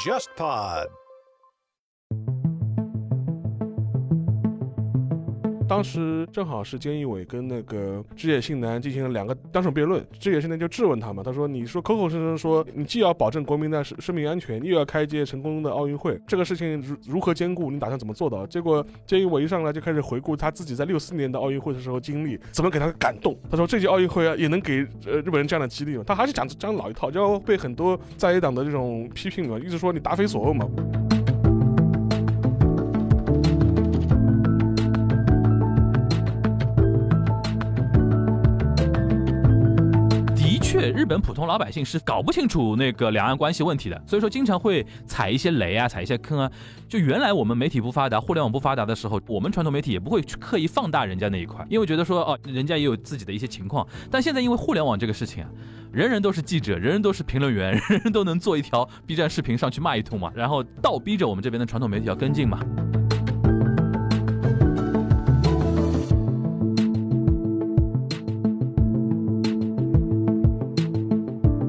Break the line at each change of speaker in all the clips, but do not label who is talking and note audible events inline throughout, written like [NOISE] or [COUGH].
JustPod。
当时正好是菅义伟跟那个志野信男进行了两个当场辩论，志野信男就质问他嘛，他说：“你说口口声声说你既要保证国民的生生命安全，又要开届成功的奥运会，这个事情如如何兼顾？你打算怎么做到？”结果菅义伟一上来就开始回顾他自己在六四年的奥运会的时候经历，怎么给他感动。他说：“这届奥运会啊，也能给呃日本人这样的激励嘛。”他还是讲讲老一套，然后被很多在野党的这种批评嘛，一直说你答非所问嘛。
的确，日本普通老百姓是搞不清楚那个两岸关系问题的，所以说经常会踩一些雷啊，踩一些坑啊。就原来我们媒体不发达，互联网不发达的时候，我们传统媒体也不会去刻意放大人家那一块，因为觉得说哦，人家也有自己的一些情况。但现在因为互联网这个事情啊，人人都是记者，人人都是评论员，人人都能做一条 B 站视频上去骂一通嘛，然后倒逼着我们这边的传统媒体要跟进嘛。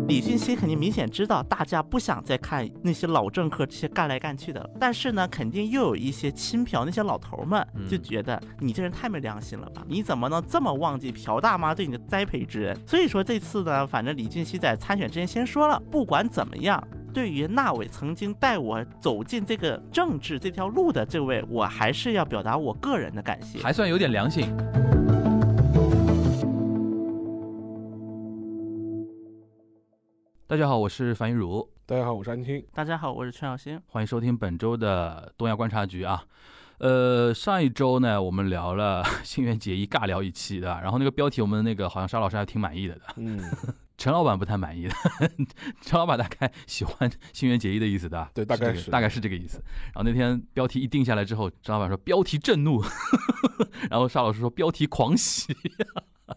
李俊熙肯定明显知道大家不想再看那些老政客这些干来干去的了，但是呢，肯定又有一些亲朴那些老头儿们
嗯
就觉得你这人太没良心了吧？你怎么能这么忘记朴大妈对你的栽培之恩？所以说这次呢，反正李俊熙在参选之前先说了，不管怎么样。对于那位曾经带我走进这个政治这条路的这位，我还是要表达我个人的感谢。
还算有点良心。大家好，我是樊玉茹，
大家好，我是安青。
大家好，我是陈小星。
欢迎收听本周的东亚观察局啊。呃，上一周呢，我们聊了 [LAUGHS] 新垣结衣尬聊一期的，然后那个标题我们那个好像沙老师还挺满意的，
嗯，
陈老板不太满意的，陈老板大概喜欢新垣结衣的意思的，
对大概
这个
是
大概是这个意思。然后那天标题一定下来之后，陈老板说标题震怒， [LAUGHS] 然后沙老师说标题狂喜。 [LAUGHS]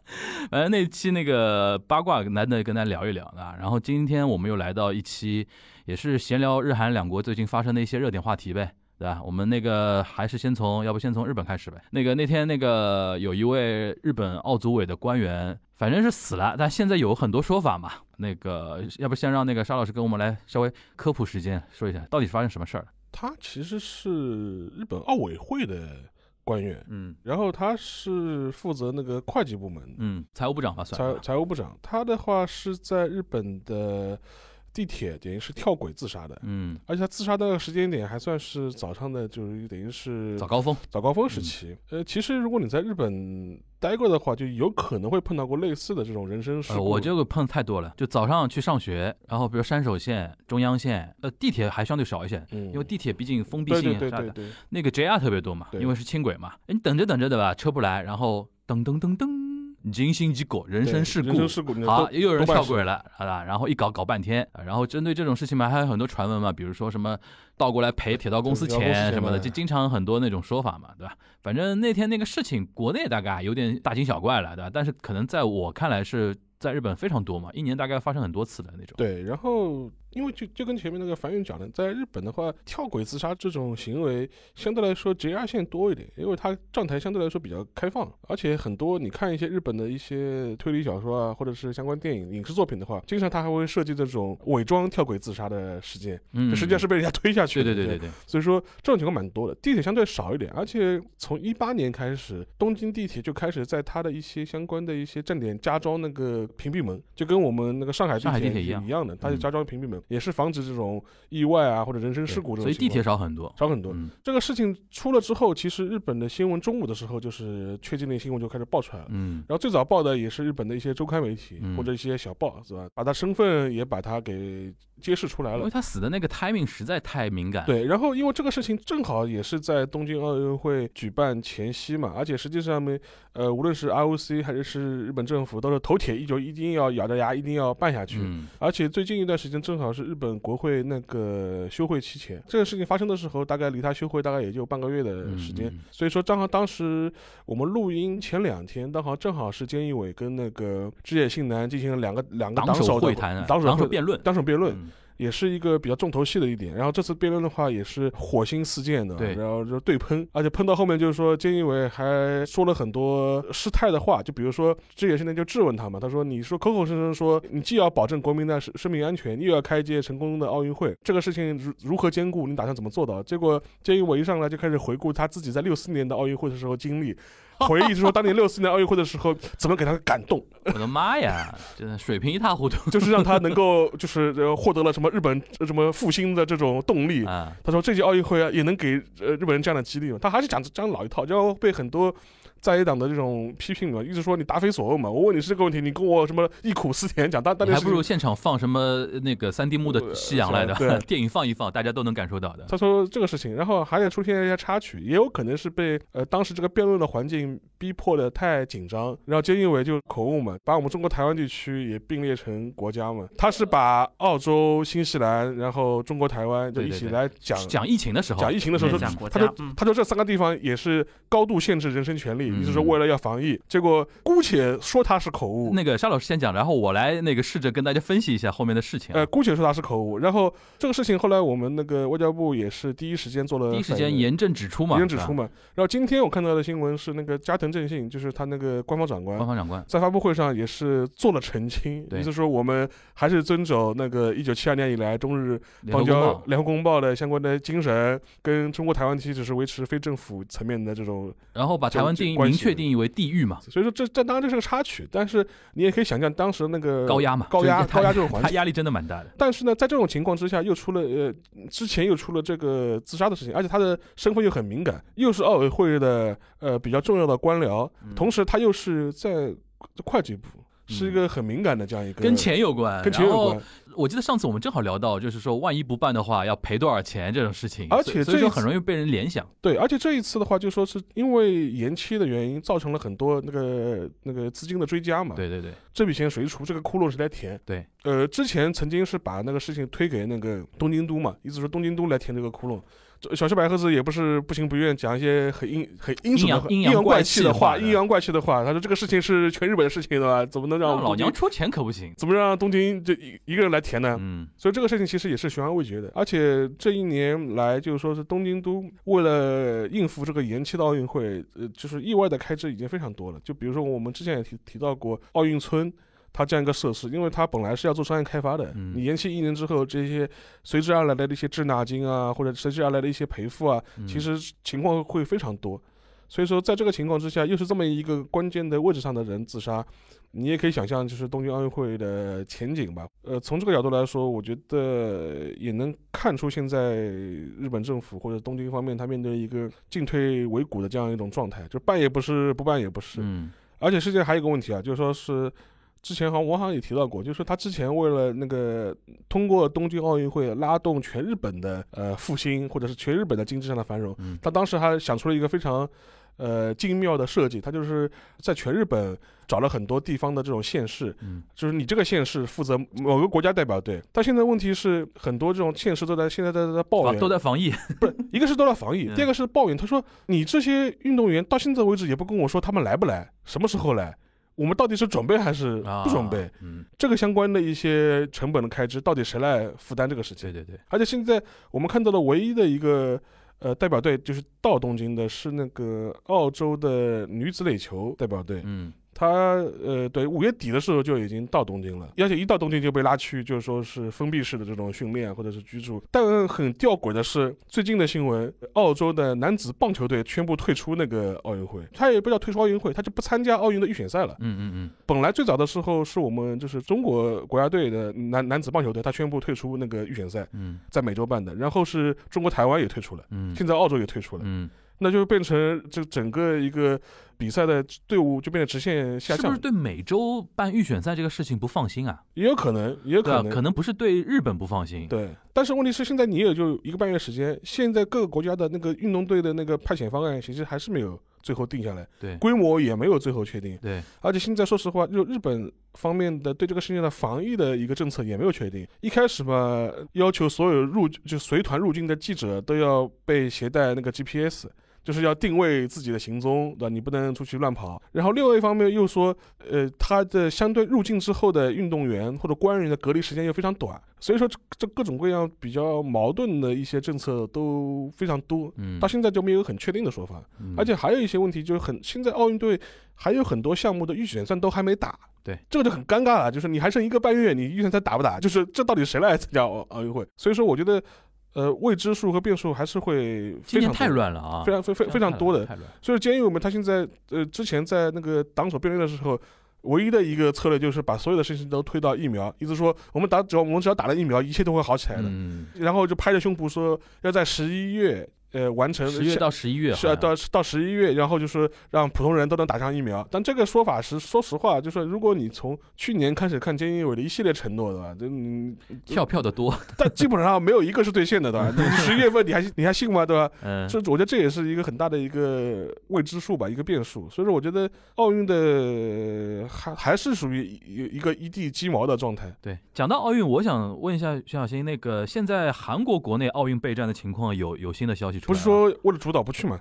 反正那期那个八卦难得跟大家聊一聊啊，然后今天我们又来到一期，也是闲聊日韩两国最近发生的一些热点话题呗。对吧？我们那个还是先从，要不先从日本开始呗。那个那天那个有一位日本奥组委的官员，反正是死了，但现在有很多说法嘛。那个要不先让那个沙老师跟我们来稍微科普时间，说一下到底发生什么事儿了。
他其实是日本奥委会的官员，
嗯
然后他是负责那个会计部门的，
嗯，财务部长吧算
财
吧。
财务部长。他的话是在日本的地铁，等于是跳轨自杀的。
嗯，
而且他自杀的那个时间点还算是早上的，就是等于是
早高峰。嗯
早高峰时期。呃，其实如果你在日本待过的话，就有可能会碰到过类似的这种人身事
呃，
故。
我这个碰太多了，就早上去上学，然后比如山手线、中央线，呃，地铁还相对少一些，
嗯，
因为地铁毕竟封闭
对
性
对
也
对
是啊大
对
的。
对，
那个 JR 特别多嘛，
对
因为是轻轨嘛，哎你等着等着对吧，车不来，然后噔噔噔噔，人心结果，人身事故，
人身事故，你
好，
都
又有人
多半
跳
是
轨了，好吧？然后一搞搞半天，然后针对这种事情嘛，还有很多传闻嘛，比如说什么倒过来赔铁道公司
对铁道公司
钱
钱
什么的，
嘛
就经常很多那种说法嘛，对吧？反正那天那个事情，国内大概有点大惊小怪了，对吧？但是可能在我看来是在日本非常多嘛，一年大概发生很多次的那种。
对，然后因为就就跟前面那个樊宇讲的，在日本的话，跳轨自杀这种行为相对来说 JR 线多一点，因为它站台相对来说比较开放，而且很多你看一些日本的一些推理小说啊，或者是相关电影、影视作品的话，经常它还会设计这种伪装跳轨自杀的事件，
嗯，
这实际上是被人家推下去
对
的。
对对对对，
所以说这种情况蛮多的。地铁相对少一点，而且从一八年开始，东京地铁就开始在它的一些相关的一些站点加装那个屏蔽门，就跟我们那个上海
上海地
地
铁
铁
一样嗯
一样的，它就加装屏蔽门，也是防止这种意外啊或者人身事故这
所
种
以
情
地
况。
铁少很多。
少很多。
嗯
这个事情出了之后，其实日本的新闻中午的时候，就是确定的新闻就开始爆出来了。
嗯
然后最早报的也是日本的一些周刊媒体、
嗯
或者一些小报，是吧？把他身份也把他给揭示出来了
因为。他死的那个 timing 实在太敏感。，
对，然后因为这个事情正好也是在东京奥运会举办前夕嘛，而且实际上面，呃，无论是 IOC 还是是日本政府，都是头铁一就一定要咬着牙一定要办下去。
嗯，
而且最近一段时间正好是日本国会那个休会期前，这个事情发生的时候，大概离他休会大概也就半个月的时间，
嗯嗯嗯
所以说正好当时我们录音前两天，刚好正好是菅义伟跟那个志野信男进行了两个两个
党
手的
会谈啊，
党
党
首
首
会
辩论。
党首辩论，
嗯
也是一个比较重头戏的一点。然后这次辩论的话也是火星四溅的，
对
然后就对喷，而且喷到后面就是说，菅义伟还说了很多失态的话，就比如说志野现在就质问他嘛，他说你说口口声声说你既要保证国民的生生命安全，又要开一届成功的奥运会，这个事情如如何兼顾？你打算怎么做到？结果菅义伟一上来就开始回顾他自己在六四年的奥运会的时候经历。回忆说，当年六四年奥运会的时候，怎么给他感动，
我的妈呀， [LAUGHS] 真的水平一塌糊涂
就是让他能够就是呃获得了什么日本呃什么复兴的这种动力。
[LAUGHS] 啊！
他说这届奥运会啊，也能给呃日本人这样的激励嘛？他还是讲讲老一套，然后被很多在野党的这种批评嘛，一直说你答非所问嘛。我问你是这个问题，你跟我什么忆苦思甜讲，当 [LAUGHS] 当
你
年
还
是呃啊
不如现场放什么呃那个三 D 幕的夕阳来
对
的， [LAUGHS] 电影放一放，大家都能感受到的。
他说这个事情，然后还得出现一些插曲，也有可能是被呃当时这个辩论的环境逼迫的太紧张，然后菅义伟就口误嘛，把我们中国台湾地区也并列成国家嘛，他是把澳洲、新西兰，然后中国台湾就一起
对对对
来讲
讲疫情的时候，
讲疫情的时候说
对
面
是
向国
他
家
就，
嗯，
他说这三个地方也是高度限制人身权利，
嗯
意思是为了要防疫。结果姑且说他是口误，
那个沙老师先讲，然后我来那个试着跟大家分析一下后面的事情啊。
呃，姑且说他是口误。然后这个事情后来我们那个外交部也是第一时间做了
第一时
反
间
应
严正指出嘛，
呃严正指
是吧
出嘛。然后今天我看到的新闻是那个加藤正信，就是他那个官方长官
官。方长官
在发布会上也是做了澄清，
哦对
意思说我们还是遵守那个一九七二年以来中日
联
邦
合公
交
报，
联合公报的相关的精神，跟中国台湾地区只是维持非政府层面的这种
然后把台湾
就
定义
关
明
系
确定义为地域嘛，
所以说这这当然这是个插曲，但是你也可以想象当时那个
高压嘛，
呃高压
就是他
高压这种环
他
境。
压力真的蛮大的。
但是呢，在这种情况之下，又出了呃，之前又出了这个自杀的事情，而且他的身份又很敏感，又是奥委会的呃比较重要的官僚，
嗯
同时他又是在会计部，是一个很敏感的这样一个
跟钱有关，
跟钱有关
然后。我记得上次我们正好聊到，就是说万一不办的话要赔多少钱这种事情，
而且
所以所
这
以
一
说
次
很容易被人联想。
对，而且这一次的话，就说是因为延期的原因，造成了很多那个那个资金的追加嘛。
对对对，
这笔钱谁出？这个窟窿谁来填？
对，
呃，之前曾经是把那个事情推给那个东京都嘛，意思说东京都来填这个窟窿。这小石百合子也不是不情不愿讲一些很阴很阴损的话
阴阳阴阳
阳
怪
气
气的
话，
话
阴阳怪气的话。他说这个事情是全日本的事情对吧？怎么能让
让老
东京
娘出钱可不行。
怎么让东京就一一个人来填呢？
嗯，
所以这个事情其实也是悬而未决的，而且这一年来，就是说是东京都为了应付这个延期的奥运会，呃，就是意外的开支已经非常多了。就比如说我们之前也提提到过奥运村。它这样一个设施，因为它本来是要做商业开发的，
嗯
你延期一年之后，这些随之而来的一些滞纳金啊，或者随之而来的一些赔付啊，
嗯
其实情况会非常多。所以说，在这个情况之下，又是这么一个关键的位置上的人自杀，你也可以想象，就是东京奥运会的前景吧。呃，从这个角度来说，我觉得也能看出现在日本政府或者东京方面，他面对一个进退维谷的这样一种状态，就是办也不是，不办也不是。
嗯，
而且世界还有一个问题啊，就是说是之前好像我好像也提到过，就是说他之前为了那个通过东京奥运会拉动全日本的呃复兴，或者是全日本的经济上的繁荣，
嗯
他当时还想出了一个非常。呃，精妙的设计，他就是在全日本找了很多地方的这种县市，
嗯
就是你这个县市负责某个国家代表队。但现在问题是，很多这种县市都在现在在在抱
啊
怨，
都在防疫，
不是，一个是都在防疫，
[LAUGHS] 嗯
第二个是抱怨。他说：“你这些运动员到现在为止也不跟我说他们来不来，什么时候来，我们到底是准备还是
啊
不准备？。
嗯，
这个相关的一些成本的开支，到底谁来负担这个事情
对？对对，
而且现在我们看到的唯一的一个呃代表队，就是到东京的是那个澳洲的女子垒球代表队，
嗯，
她呃对五月底的时候就已经到东京了，而且一到东京就被拉去，就是说是封闭式的这种训练啊或者是居住。但很吊诡的是，最近的新闻，澳洲的男子棒球队宣布退出那个奥运会，他也不叫退出奥运会，他就不参加奥运的预选赛了。
嗯嗯嗯，
本来最早的时候是我们就是中国国家队的男男子棒球队，他宣布退出那个预选赛，
嗯
在美洲办的，然后是中国台湾也退出了。
嗯
现在澳洲也退出了，
嗯，
那就变成这整个一个比赛的队伍就变得直线下
是
降
不是
了，
对美洲办预选赛这个事情不放心啊？
也有可能，也有
对啊，
能，
可能不是对日本不放心，
对，但是问题是，现在你也就一个半月时间，现在各个国家的那个运动队的那个派遣方案，其实还是没有最后定下来，
对
规模也没有最后确定，
对，
而且现在说实话，就日本方面的对这个事情的防疫的一个政策也没有确定。一开始嘛，要求所有入就随团入境的记者都要被携带那个 GPS，就是要定位自己的行踪，对吧？你不能出去乱跑。然后另外一方面又说，呃，他的相对入境之后的运动员或者官员的隔离时间又非常短，所以说这这各种各样比较矛盾的一些政策都非常多，
嗯，
到现在就没有很确定的说法。
嗯
而且还有一些问题，就是很现在奥运队还有很多项目的预选赛都还没打。
对，
这个就很尴尬了，就是你还剩一个半月，你预选赛打不打？就是这到底谁来参加奥奥运会？所以说，我觉得，呃，未知数和变数还是会非
今年
常
太
多，
乱了啊，
非常非非非常多的。
太乱了。
所以监狱我们他现在呃之前在那个党首辩论的时候，唯一的一个策略就是把所有的事情都推到疫苗，意思说我们打只要我们只要打了疫苗，一切都会好起来的。
嗯，
然后就拍着胸脯说要在十一月呃完成
十月
下
到十一月
是
好
啊，
像
到到十一月，然后就是让普通人都能打上疫苗。但这个说法是，说实话，就是如果你从去年开始看菅义伟的一系列承诺的话，就你
跳票的多，
但基本上没有一个是兑现的，对吧？你十一月份你还你还信吗？对吧？
嗯，
这我觉得这也是一个很大的一个未知数吧，一个变数。所以说，我觉得奥运的还还是属于一一个一地鸡毛的状态。
对。讲到奥运，我想问一下徐小新，那个现在韩国国内奥运备战的情况有有新的消息出
不
来？
是，说为了主导不去嘛？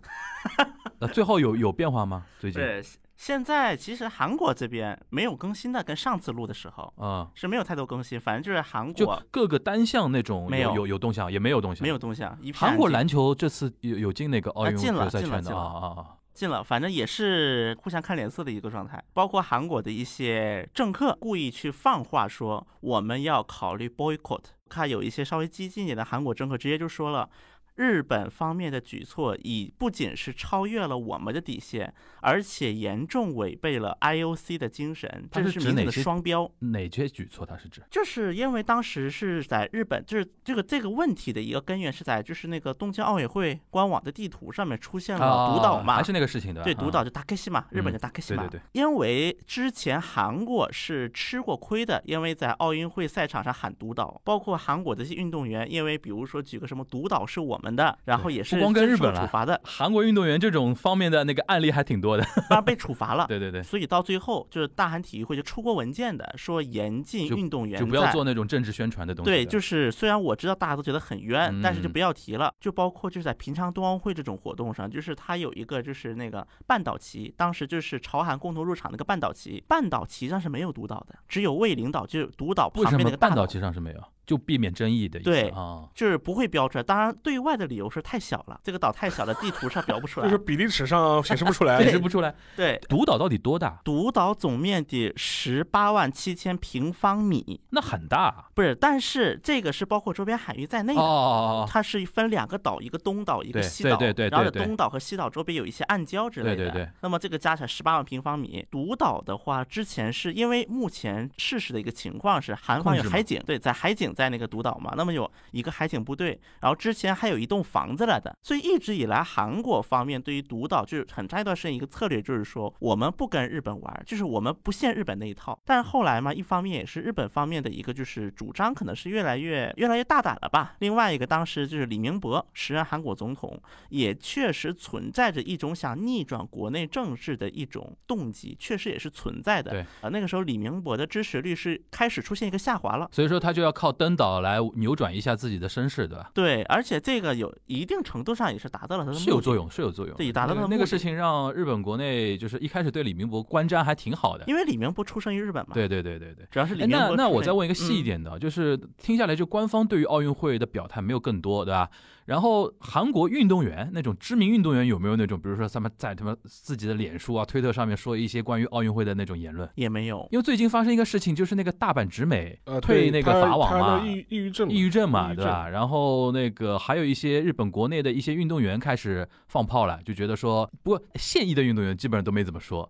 那最后有有变化吗？最近
对，现在其实韩国这边没有更新的，跟上次录的时候
啊，
是没有太多更新，反正就是韩
就
国
各个单项那种
没
有
有
有有动向，也没有动向，
没有动向，一片
韩国
安静
篮球这次有有进那个奥运
啊进了
决赛
进了
圈的
进
啊
了
啊啊！
进了，反正也是互相看脸色的一个状态。包括韩国的一些政客故意去放话说我们要考虑 boycott。看有一些稍微激进一点的韩国政客直接就说了，日本方面的举措已不仅是超越了我们的底线，而且严重违背了 IOC 的精神，
它
这
是
是
指
明
哪
显的
些
双标。
哪些举措它是指？
就是因为当时是在日本，就是这个这个问题的一个根源是在就是那个东京奥委会官网的地图上面出现了独岛嘛，
啊哦还是那个事情对吧？
对，
啊
独岛就达克西嘛，日本
嗯
叫达克西
对
嘛。
对对。
因为之前韩国是吃过亏的，因为在奥运会赛场上喊独岛，包括韩国的一些运动员，因为比如说举个什么独岛是我们的，然后
对
也
不
是
光跟
接
日
受
本了
处罚的
韩国运动员这种方面的那个案例还挺
[LAUGHS]
多的。
啊，被处罚了。
[LAUGHS] 对对对，
所以到最后，就是大韩体育会就出过文件的，说严禁
就
运动员
就不要
在
做那种政治宣传的东西的。
对，就是虽然我知道大家都觉得很冤，但是就
嗯
不要提了。就包括就是在平昌冬奥会这种活动上，就是它有一个就是那个半岛旗，当时就是朝韩共同入场那个半岛旗，半岛旗上是没有独岛的，只有卫领岛，就是独岛旁
为什
边那
么
个大
半岛
岛。
旗上是没有？就避免争议的意思
对
啊。
就是不会标出来，当然对外的理由是太小了，这个岛太小了，地图上标
啊
不出
就
来
是。比例尺上显示不出来
解。释不出来，
对，
独岛到底多大？
独岛总面积十八万七千平方米，
那很大啊
不是，但是这个是包括周边海域在内
哦
的。
哦哦哦，
它是分两个岛，一个东岛，一个
对
西
对
岛，
对对
然后
对对
东岛和西岛周边有一些暗礁之类的。
对对对
那么这个加起来十八万平方米，独岛的话，之前是因为目前事实的一个情况是，韩方有
控制嘛
海警，对，在海警在那个独岛嘛，那么有一个海警部队，然后之前还有一栋房子来的，所以一直以来韩国方面对于独岛就是很长一段时间一个策略就是说，我们不跟日本玩，就是我们不信日本那一套。但是后来嘛，一方面也是日本方面的一个就是主张可能是越来越越来越大胆了吧，另外一个当时就是李明博时任韩国总统，也确实存在着一种想逆转国内政治的一种动机，确实也是存在的。
对
啊，那个时候李明博的支持率是开始出现一个下滑了。
所以说他就要靠登岛来扭转一下自己的身世，对吧？
对，而且这个有一定程度上也是达到了它的
是有
目的
作，用，是有作用的。
对达到
那个
了
那
目
个
的
事情让日本国内就是一开始对李明博观瞻还挺好的。
因为李明博出生于日本嘛。，
对对对对对。
主要是李
哎，
明
那
博。嗯
那我再问一个细一，点的，就是听下来，就官方对于奥运会的表态没有更多，对吧？然后韩国运动员那种知名运动员有没有那种，比如说他们在他们自己的脸书啊、推特上面说一些关于奥运会的那种言论？
也没有。
因为最近发生一个事情，就是那个大阪直美
[LAUGHS] 呃，
退
对
那个
他
法网
他
嘛
那，抑郁抑郁症嘛，
抑郁症
抑
嘛，
郁
对吧？然后那个还有一些日本国内的一些运动员开始放炮了，就觉得说，不过现役的运动员基本上都没怎么说。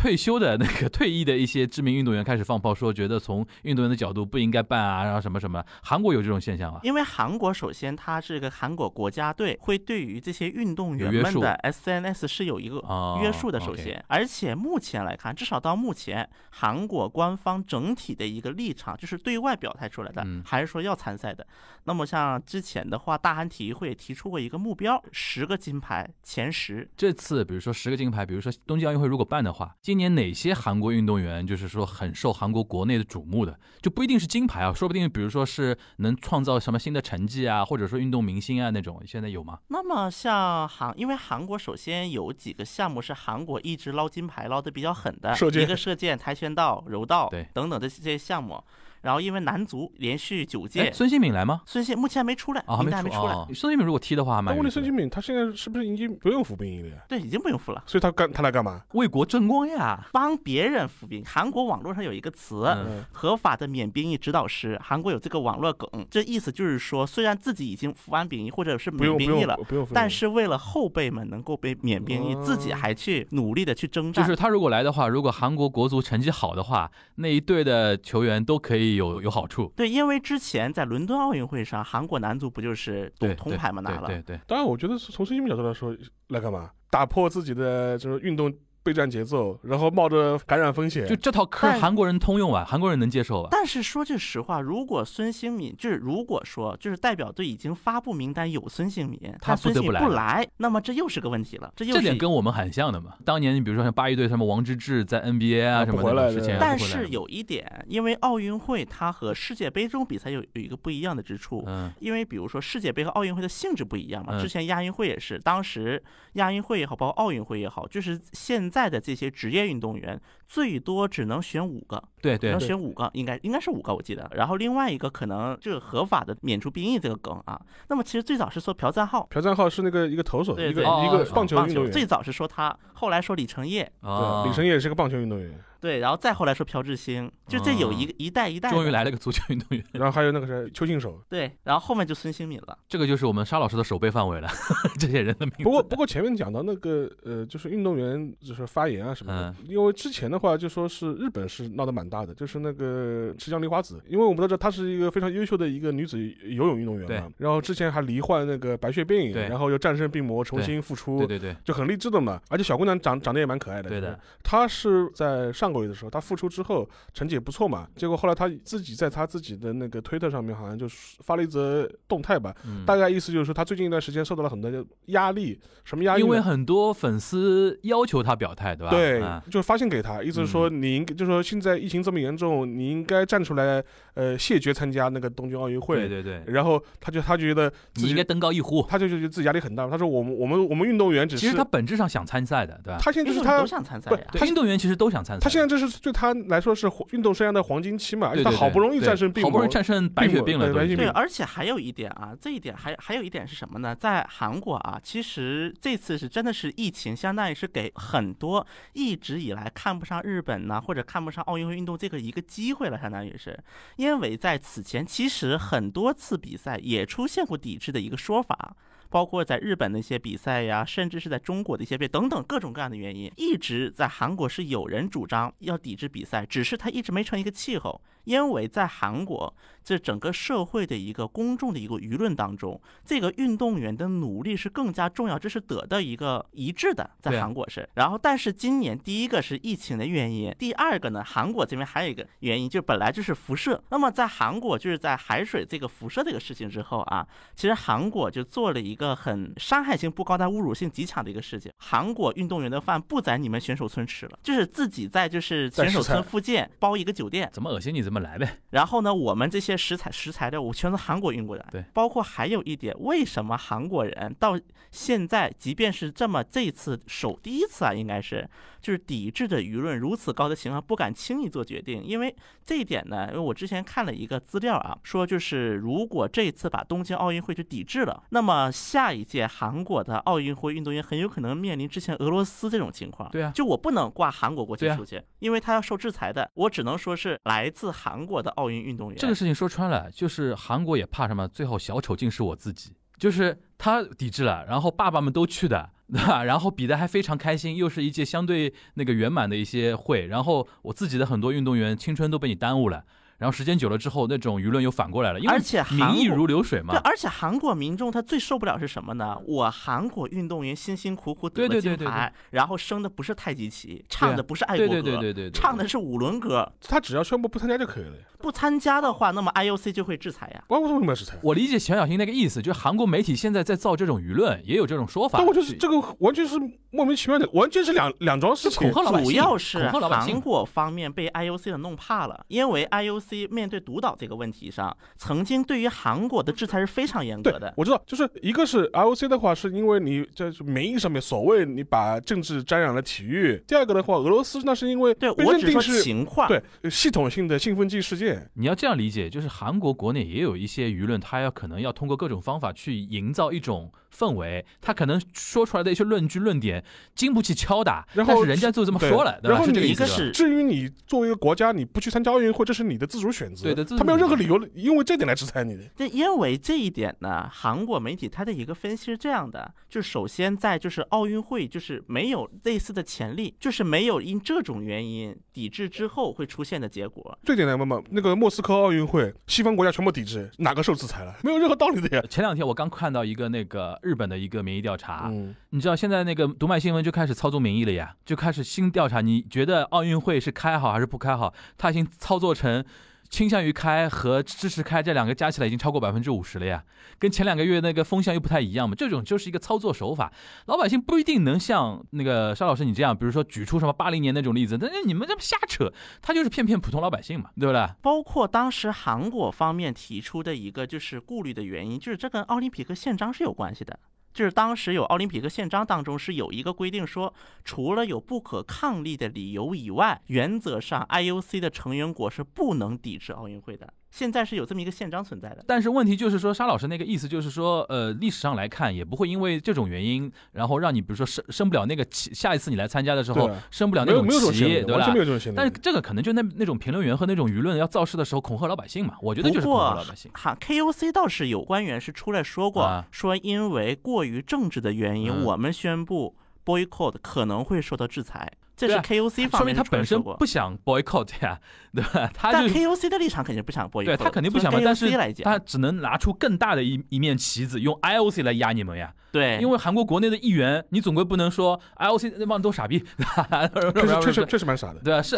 退休的那个 [LAUGHS] 退役的一些知名运动员开始放炮，说觉得从运动员的角度不应该办啊，然后什么什么。韩国有这种现象吗？
因为韩国首先，它这个韩国国家队会对于这些运动员
有约
们
束
的 SNS 是有一个
啊，
约束的，首
OK
先，而且目前来看，至少到目前，韩国官方整体的一个立场就是对外表态出来的
嗯，
还是说要参赛的。那么像之前的话，大韩体育会也提出过一个目标，十个金牌前十，
这次比如说十个金牌，比如说东京奥运会如果办的话，今年哪些韩国运动员就是说很受韩国国内的瞩目的，就不一定是金牌啊，说不定比如说是能创造什么新的成绩啊，或者说运动明星啊那种，现在有吗？
那么像韩，因为韩国首先有几个项目是韩国一直捞金牌捞的比较狠的，
射箭
一个射箭、跆拳道、柔道
对
等等的这些项目。然后因为男足连续九
哎，
届，
孙兴敏来吗？
孙兴目前还没出来，
啊，
名单还没出来，
哦孙兴敏如果踢的话，还蛮
但
有
问
意
题
思
孙
的
兴敏他现在是不是已经不用服兵役了呀？
对，已经不用服了，
所以他干他来干嘛？
为国争光呀。
帮别人服兵。韩国网络上有一个词，
嗯
嗯，
合法的免兵役指导师，韩国有这个网络梗，这意思就是说，虽然自己已经服完兵役或者是
不
免
用不
兵役
用
了，
不用服兵役，
但是为了后辈们能够被免兵役，
哦
自己还去努力的去征
就
战。
是他如果来的话，如果韩国国足成绩好的话，那一队的球员都可以有有好处。
对，因为之前在伦敦奥运会上，韩国男足不就是
对，
夺铜牌嘛，拿
对
了。
对对，
当然，我觉得从孙兴民角度来说，来干嘛？打破自己的这种运动备战节奏，然后冒着感染风险，
就这套嗑
但
韩国人通用吧，韩国人能接受吧？
但是说句实话，如果孙兴敏就是如果说就是代表队已经发布名单有孙兴敏，
他
但
不
孙
得
兴
不
敏
来
不来，那么这又是个问题了。这又
这
是
点
一
跟我们很像的嘛。当年你比如说像八一队什么王治郅在 NBA 啊
啊
什
不
么
回
那种
来
事
的
情啊，
但
不回来
是
的
有一点，因为奥运会它和世界杯这种比赛有有一个不一样的之处，
嗯
因为比如说世界杯和奥运会的性质不一样嘛。
嗯
之前亚运会也是，当时亚运会也好，包括奥运会也好，就是现在的这些职业运动员最多只能选五个，
对
只
对
能选五个，应该应该是五个我记得。然后另外一个可能就是合法的免除兵役这个梗啊。那么其实最早是说朴赞浩。
朴赞浩是那个一个投手，
对
一个
对
一个
哦
棒球
棒
运动
球
员，
最哦早是说他，后来说李成业，
啊
对，李晨也是个棒球运动员，
对，然后再后来说朴智星，就这有一个一代一代的。
哦终于来了个足球运动员， [LAUGHS]
然后还有那个谁邱信手。
对，然后后面就孙兴敏了。
这个就是我们沙老师的手背范围了， [LAUGHS] 这些人的名字。
不过不过前面讲到那个呃，就是运动员就是发言啊什么的，
嗯
因为之前的话就说是日本是闹得蛮大的，就是那个池江梨花子，因为我们都知道她是一个非常优秀的一个女子游泳运动员嘛，然后之前还罹患那个白血病，
对
然后又战胜病魔重新复
对
出。
对对
就很励志的嘛，而且小姑娘长长得也蛮可爱的。
对
就是
的，
她是在上个月的时候，她复出之后成绩也不错嘛。结果后来她自己在她自己的那个推特上面好像就是发了一则动态吧，
嗯
大概意思就是说她最近一段时间受到了很多的压力，什么压力呢？
因为很多粉丝要求他表态，对吧？
对
啊，嗯
就发信给他，意思是说你应，就说现在疫情这么严重，你应该站出来，呃，谢绝参加那个东京奥运会。
对对对，嗯
然后他就他觉得自
你应该
己，
登高一呼。
他就就觉得自己压力很大。他说我们我们我们运动员只
其
是，
实他本质上想参赛的，对吧？
他现在
运
就是
动员
他
都，想参赛
不
呀。
对运动员其实都想参赛。
他现在这是对他来说是运动生涯的黄金期嘛，而且
对
他
对
好不容易
对
战胜病
好不
魔
容易，战胜白血
病
病了，
魔对
都已
白
经
对，
血病
而且还有一点啊，这一点还还有一点是什么呢？在韩国啊，其实这次是真的是疫情，相当于是给很多一直以来看不上日本呐、或者看不上奥运会运动这个一个机会了，相当于是，因为在此前其实很多次比赛也出现过抵制的一个说法。包括在日本的一些比赛呀，甚至是在中国的一些比赛等等各种各样的原因，一直在韩国是有人主张要抵制比赛，只是它一直没成一个气候，因为在韩国这整个社会的一个公众的一个舆论当中，这个运动员的努力是更加重要，这是得到一个一致的，
对
啊
在韩国是。然后，但是今年第一个是疫情的原因，第二个呢，韩国这边还有一个原因，就本来就是辐射。那么在韩国，就是在海水这个辐射这个事情之后啊，其实韩国就做了一个很伤害性不高但侮辱性极强的一个事情，韩国运动员的饭不在你们选手村吃了，就是自己在就是
在
选手
食材
村附近包一个酒店。
怎么恶心你怎么来呗。
然后呢，我们这些食材食材料我全从韩国运过来，
对，
包括还有一点，为什么韩国人到现在，即便是这么这次首第一次啊，应该是就是抵制的舆论如此高的情况，不敢轻易做决定，因为这一点呢，因为我之前看了一个资料啊，说就是如果这次把东京奥运会去抵制了，那么下一届韩国的奥运会运动员很有可能面临之前俄罗斯这种情况，
对啊
就我不能挂韩国国
对
旗
啊
出去，因为他要受制裁的。我只能说是来自韩国的奥运运动员。
这个事情说穿了，就是韩国也怕什么，最后小丑竟是我自己，就是他抵制了，然后爸爸们都去的。 [LAUGHS] 对吧？然后比的还非常开心，又是一届相对那个圆满的一些会，然后我自己的很多运动员青春都被你耽误了，然后时间久了之后，那种舆论又反过来了，因为
而且韩
民意
国
如流水
对，
嘛。
而且韩国民众他最受不了是什么呢？我韩国运动员辛辛苦苦得
对
了
对
金
对对对
牌，然后升的不是太极旗，唱的不是爱国
对对
歌，
对对对对，
唱的是五轮歌。
他只要宣布不参加就可以了呀，
不参加的话，那么 IOC 就会制裁呀。
关我为什么要制裁？
我理解钱小新那个意思，就是韩国媒体现在在造这种舆论，也有这种说法。
但我就是这个完全是莫名其妙的，完全是两两桩事
就恐
情。
吓老百姓，
主要是
恐吓老百
韩
姓。
国方面被 IOC 的弄怕了，因为 IOC 面对独岛这个问题上，曾经对于韩国的制裁是非常严
对
格的，。
我知道，就是一个是 IOC 的话，是因为你在名义上面所谓你把政治沾染了体育；第二个的话，俄罗斯那是因为
对
被
我
认
只
定
说
是
情况，
对系统性的兴奋剂事件。
你要这样理解，就是韩国国内也有一些舆论，他要可能要通过各种方法去营造一种氛围，他可能说出来的一些论据论点经不起敲打，
然后
但是人家就这么
对
说了，对
然
吧？
后
是这
你
意
一
思
个
吧。
是
至于你作为一个国家，你不去参加奥运会，这是你的自主选择，
对的自主
他没有任何
选
理由因为这点来制裁你的。
那因为这一点呢，韩国媒体它的一个分析是这样的，就是首先在就是奥运会就是没有类似的潜力，就是没有因这种原因抵制之后会出现的结果。
最简单嘛嘛，那个莫斯科奥运会，西方国家全部抵制，哪个受制裁了？没有任何道理的呀。
前两天我刚看到一个那个日本的一个民意调查，
嗯，
你知道现在那个读卖新闻就开始操作民意了呀，就开始新调查，你觉得奥运会是开好还是不开好？它已经操作成倾向于开和支持开这两个加起来已经超过百分之五十了呀，跟前两个月那个风向又不太一样嘛。这种就是一个操作手法，老百姓不一定能像那个沙老师你这样，比如说举出什么八零年那种例子，但是你们这瞎扯，他就是骗骗普通老百姓嘛，对不对？
包括当时韩国方面提出的一个就是顾虑的原因，就是这跟奥林匹克宪章是有关系的。就是当时有奥林匹克宪章当中是有一个规定说，除了有不可抗力的理由以外，原则上 IOC 的成员国是不能抵制奥运会的。现在是有这么一个宪章存在的。
但是问题就是说，沙老师那个意思就是说，呃，历史上来看，也不会因为这种原因，然后让你比如说升升不了那个旗，下一次你来参加的时候
对啊
升不了
没
那
有
种
没有这种
旗，
心理
对
的，完全
吧
没？有这种心理的。
但是这个可能就那那种评论员和那种舆论要造势的时候恐吓老百姓嘛，我觉得就是
不
恐
啊
吓
过
老百姓。
哈，KOC 倒是有官员是出来说过，
啊
说因为过于政治的原因，
嗯
我们宣布 boycott 可能会受到制裁。这
对
是
啊
KOC
说
方
明
面
他
是出来
本
说
身
过
不想 boycott 呀， [LAUGHS] 对吧？他
但
就
KOC 的立场肯定不想 boycott，
对他肯定不想嘛
从，
但是
KOC 来讲，
他只能拿出更大的一一面旗子，用 IOC 来压你们呀。
哎
对，
因为韩国国内的议员，你总归不能说哎 IOC 那帮都傻逼， [LAUGHS]
确
确
实确实确实蛮傻的。
对啊，是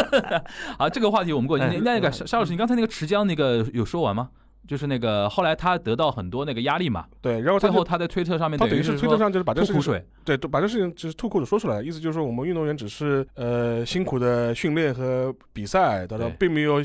[LAUGHS] 啊，这个话题我们过去。
哎
那那个
嗯
沙沙老师，你刚才那个持江那个有说完吗？就是那个后来他得到很多那个压力嘛，
对，然后哦他
最
就
后他在推特上面
他
等
等于
是
是推特上就是把这
说
个
吐
事
苦
情
水，
对，都把这事情就是吐裤子说出来，意思就是说我们运动员只是呃辛苦的训练和比赛，当然
对
并没有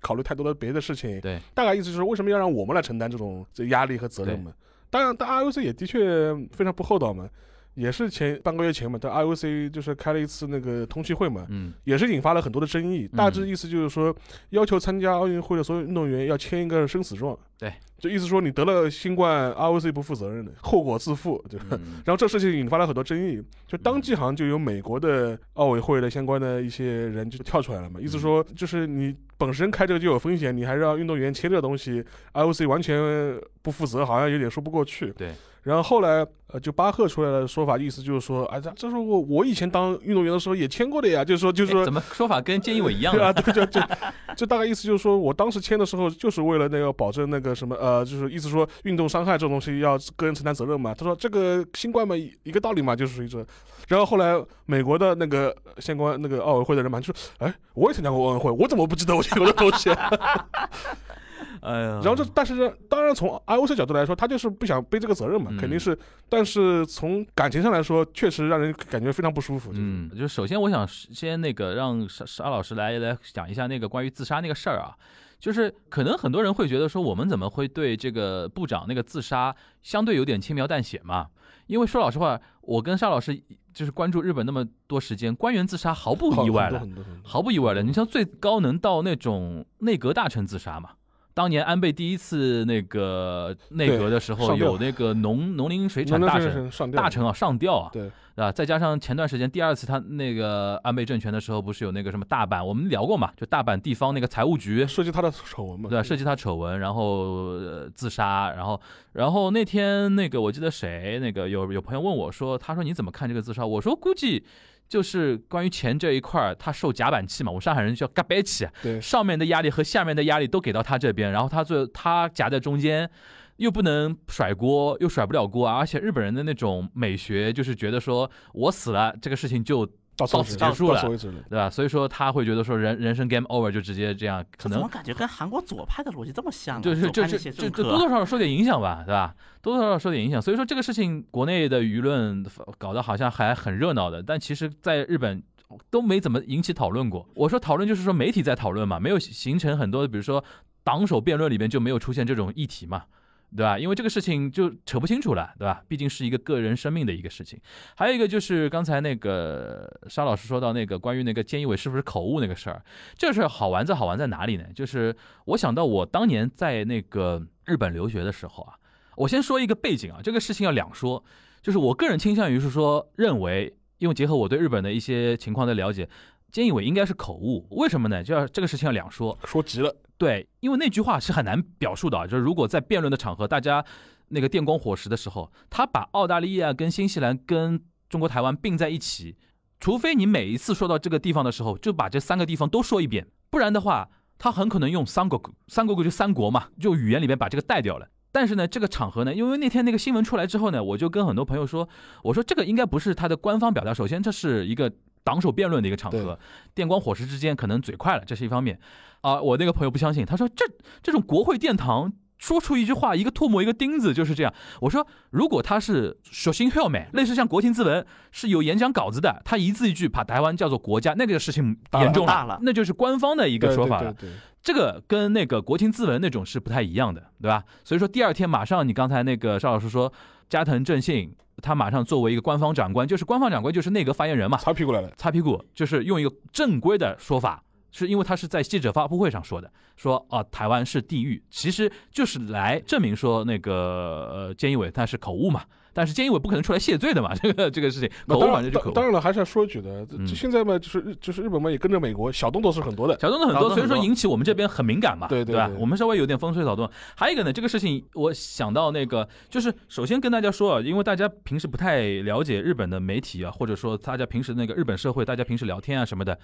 考虑太多的别的事情。
对，
大概意思就是为什么要让我们来承担这种这压力和责任嘛？当然，但 IOC 也的确非常不厚道嘛，也是前半个月前嘛，但 IOC 就是开了一次那个通气会嘛，
嗯，
也是引发了很多的争议。
嗯
大致意思就是说，要求参加奥运会的所有运动员要签一个生死状。
对，
就意思说你得了新冠，IOC 不负责任的，后果自负。对吧？
嗯
然后这事情引发了很多争议，就当即好像就有美国的奥委会的相关的一些人就跳出来了嘛，意思说就是你本身开这个就有风险，你还让运动员签这个东西，IOC 完全不负责，好像有点说不过去。
对。
然后后来，呃，就巴赫出来的说法，意思就是说，哎，这这是我我以前当运动员的时候也签过的呀，就是说，就是
哎
说
怎，么说法跟菅义伟一
[LAUGHS]
样
对啊，
的，
对，就就就大概意思就是说，我当时签的时候就是为了那个保证那个什么呃，就是意思说运动伤害这种东西要个人承担责任嘛。他说这个新冠嘛一个道理嘛，就是属于这。然后后来美国的那个相关那个奥委会的人嘛就说，哎，我也参加过奥运会，我怎么不记得我签过这东
[LAUGHS]
西？
哎呀，
呃然后这但是当然从 IOC 角度来说，他就是不想背这个责任嘛，肯定
嗯
是。但是从感情上来说，确实让人感觉非常不舒服。就是、
嗯，就首先我想先那个让沙沙老师来来讲一下那个关于自杀那个事儿啊，就是可能很多人会觉得说我们怎么会对这个部长那个自杀相对有点轻描淡写嘛？因为说老实话，我跟沙老师就是关注日本那么多时间，官员自杀毫不
好
意外
哦很多
的，
很多很多
毫不意外的。你像最高能到那种内阁大臣自杀嘛？当年安倍第一次那个内阁的时候，
上吊
有那个农农林水
能
产
能
大
上
臣
上上吊
大臣啊上吊啊，
对
啊，再加上前段时间第二次他那个安倍政权的时候，不是有那个什么大阪，我们聊过嘛，就大阪地方那个财务局。
涉及他的丑闻嘛？
对吧，啊涉及他丑闻，然后、呃、自杀，然后，然后那天那个我记得谁那个有有朋友问我说，他说你怎么看这个自杀？我说估计就是关于钱这一块儿，他受夹板气嘛，我上海人叫啊嘎白气，
对
上面的压力和下面的压力都给到他这边，然后他最他夹在中间，又不能甩锅，又甩不了锅啊，而且日本人的那种美学就是觉得说我死了这个事情就
到此
到
为
此
止
结束
到
了
此为止了。
对吧？所以说他会觉得说人人生 game over 就直接这样，可
这怎
能
么感觉跟韩国左派的逻辑这么像啊？
就是
左
这
派那
这
些
这
政
这
客
多多少少受点影响吧，对吧？多多少少受点影响，所以说这个事情国内的舆论搞得好像还很热闹的，但其实在日本。都没怎么引起讨论过。我说讨论就是说媒体在讨论嘛，没有形成很多，比如说党首辩论里面就没有出现这种议题嘛，对吧？因为这个事情就扯不清楚了，对吧？毕竟是一个个人生命的一个事情。还有一个就是刚才那个沙老师说到那个关于那个菅义伟是不是口误那个事儿，这个事儿好玩在好玩在哪里呢？就是我想到我当年在那个日本留学的时候啊，我先说一个背景啊，这个事情要两说，就是我个人倾向于是说认为，因为结合我对日本的一些情况的了解。菅义伟应该是口误，为什么呢？就要这个事情要两说。
说急了，
对，因为那句话是很难表述的啊，就是如果在辩论的场合，大家那个电光火石的时候，他把澳大利亚跟新西兰跟中国台湾并在一起，除非你每一次说到这个地方的时候，就把这三个地方都说一遍，不然的话，他很可能用三国三国就三国嘛，就语言里面把这个带掉了。但是呢，这个场合呢，因为那天那个新闻出来之后呢，我就跟很多朋友说，我说这个应该不是他的官方表达，首先这是一个党首辩论的一个场
对
合，电光火石之间可能嘴快了，这是一方面。啊，我那个朋友不相信，他说这这种国会殿堂说出一句话，一个唾沫一个钉子，就是这样。我说如果他是首先 h e l m 类似像国情咨文是有演讲稿子的，他一字一句把台湾叫做国家，那个事情
大了
严重
大了
那就是官方的一
一
个说法了
对。对对
这个跟那个国情咨文那种是不太一样的，对吧？所以说第二天马上，你刚才那个邵老师说加藤正信，他马上作为一个官方长官，就是官方长官就是内阁发言人嘛，
擦屁股来了，
呃擦屁股，就是用一个正规的说法，是因为他是在记者发布会上说的，说啊台湾是地狱，其实就是来证明说那个呃菅义伟他是口误嘛，但是菅义伟不可能出来谢罪的嘛，这个这个事情
那
口误
当
反
然
正就
当
口误
当。然了，还是要说一句的，这
嗯
现在嘛，就是日就是日本嘛，也跟着美国，小动作是很多的。
小动作很
小
多，
动作
所以说
很多
引起我们这边很敏感嘛，
对对
吧
对？
我们稍微有点风吹草动。还有一个呢，这个事情我想到那个，就是首先跟大家说啊，因为大家平时不太了解日本的媒体啊，或者说大家平时那个日本社会，大家平时聊天啊什么的，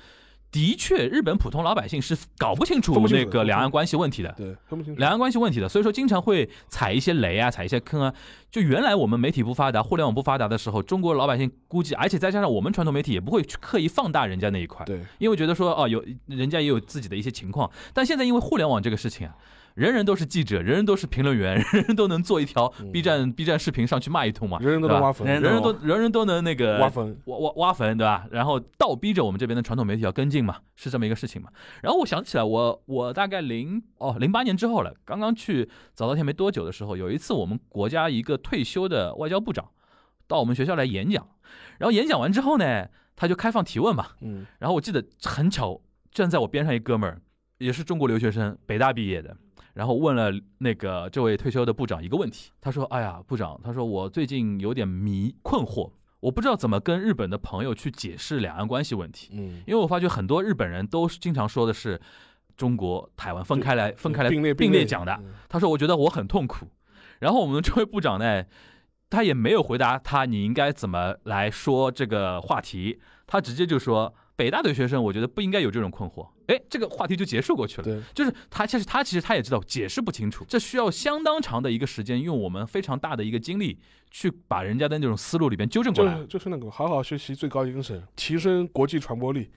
的确日本普通老百姓是搞不清
分
楚
不清
那
楚的
个两岸关系问题的。
对，分不清楚。
两岸关系问题的，所以说经常会踩一些雷啊，踩一些坑啊。就原来我们媒体不发达、互联网不发达的时候，中国老百姓估计，而且再加上我们传统媒体也不会去刻意放大人家那一块，
对，
因为觉得说哦，有人家也有自己的一些情况。但现在因为互联网这个事情啊，人人都是记者，人人都是评论员， [LAUGHS] 人人都能做一条
嗯
B 站 B 站视频上去骂一通嘛，
人人都能
啊对吧
挖坟，哦
人
人人都呃人人都能那个
挖坟。
挖挖挖坟，对吧？然后倒逼着我们这边的传统媒体要跟进嘛，是这么一个事情嘛。然后我想起来我，我大概零哦零八年之后了，刚刚去早稻田没多久的时候，有一次我们国家一个退休的外交部长到我们学校来演讲，然后演讲完之后呢，他就开放提问嘛。
嗯，
然后我记得很巧，站在我边上一哥们儿，也是中国留学生，北大毕业的，然后问了那个这位退休的部长一个问题，他说：“哎呀，部长，他说我最近有点迷困惑，我不知道怎么跟日本的朋友去解释两岸关系问题，
嗯，
因为我发觉很多日本人都是经常说的是中国台湾分开来分开来
嗯并列
并列讲的，
嗯
他说我觉得我很痛苦。然后我们这位部长呢，他也没有回答他你应该怎么来说这个话题，他直接就说北大的学生我觉得不应该有这种困惑。哎，这个话题就结束过去了。
对，
就是他，其实他其实他也知道解释不清楚，这需要相当长的一个时间，用我们非常大的一个精力去把人家的那种思路里边纠正
就
过来
是。就是那个好好学习最高精神，提升国际传播力。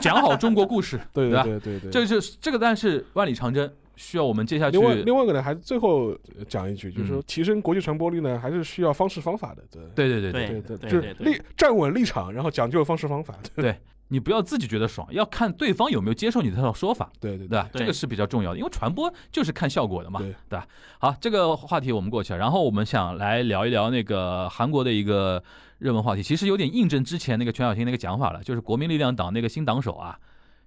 讲好中国故事，
对
吧？
对对对。
这就是这个，但是万里长征需要我们接下去
另外另外一个呢，还是最后呃讲一句，就是说
嗯
提升国际传播力呢，还是需要方式方法的。对
对对对对，
对
对
对，
对
就是
对
立
对，
站稳立场，然后讲究方式方法。
你不要自己觉得爽，要看对方有没有接受你的这套说法。
对对
对吧？
对
这个是比较重要的，因为传播就是看效果的嘛，
对
吧？好，这个话题我们过去了，然后我们想来聊一聊那个韩国的一个热门话题，其实有点印证之前那个全小新那个讲法了，就是国民力量党那个新党首啊，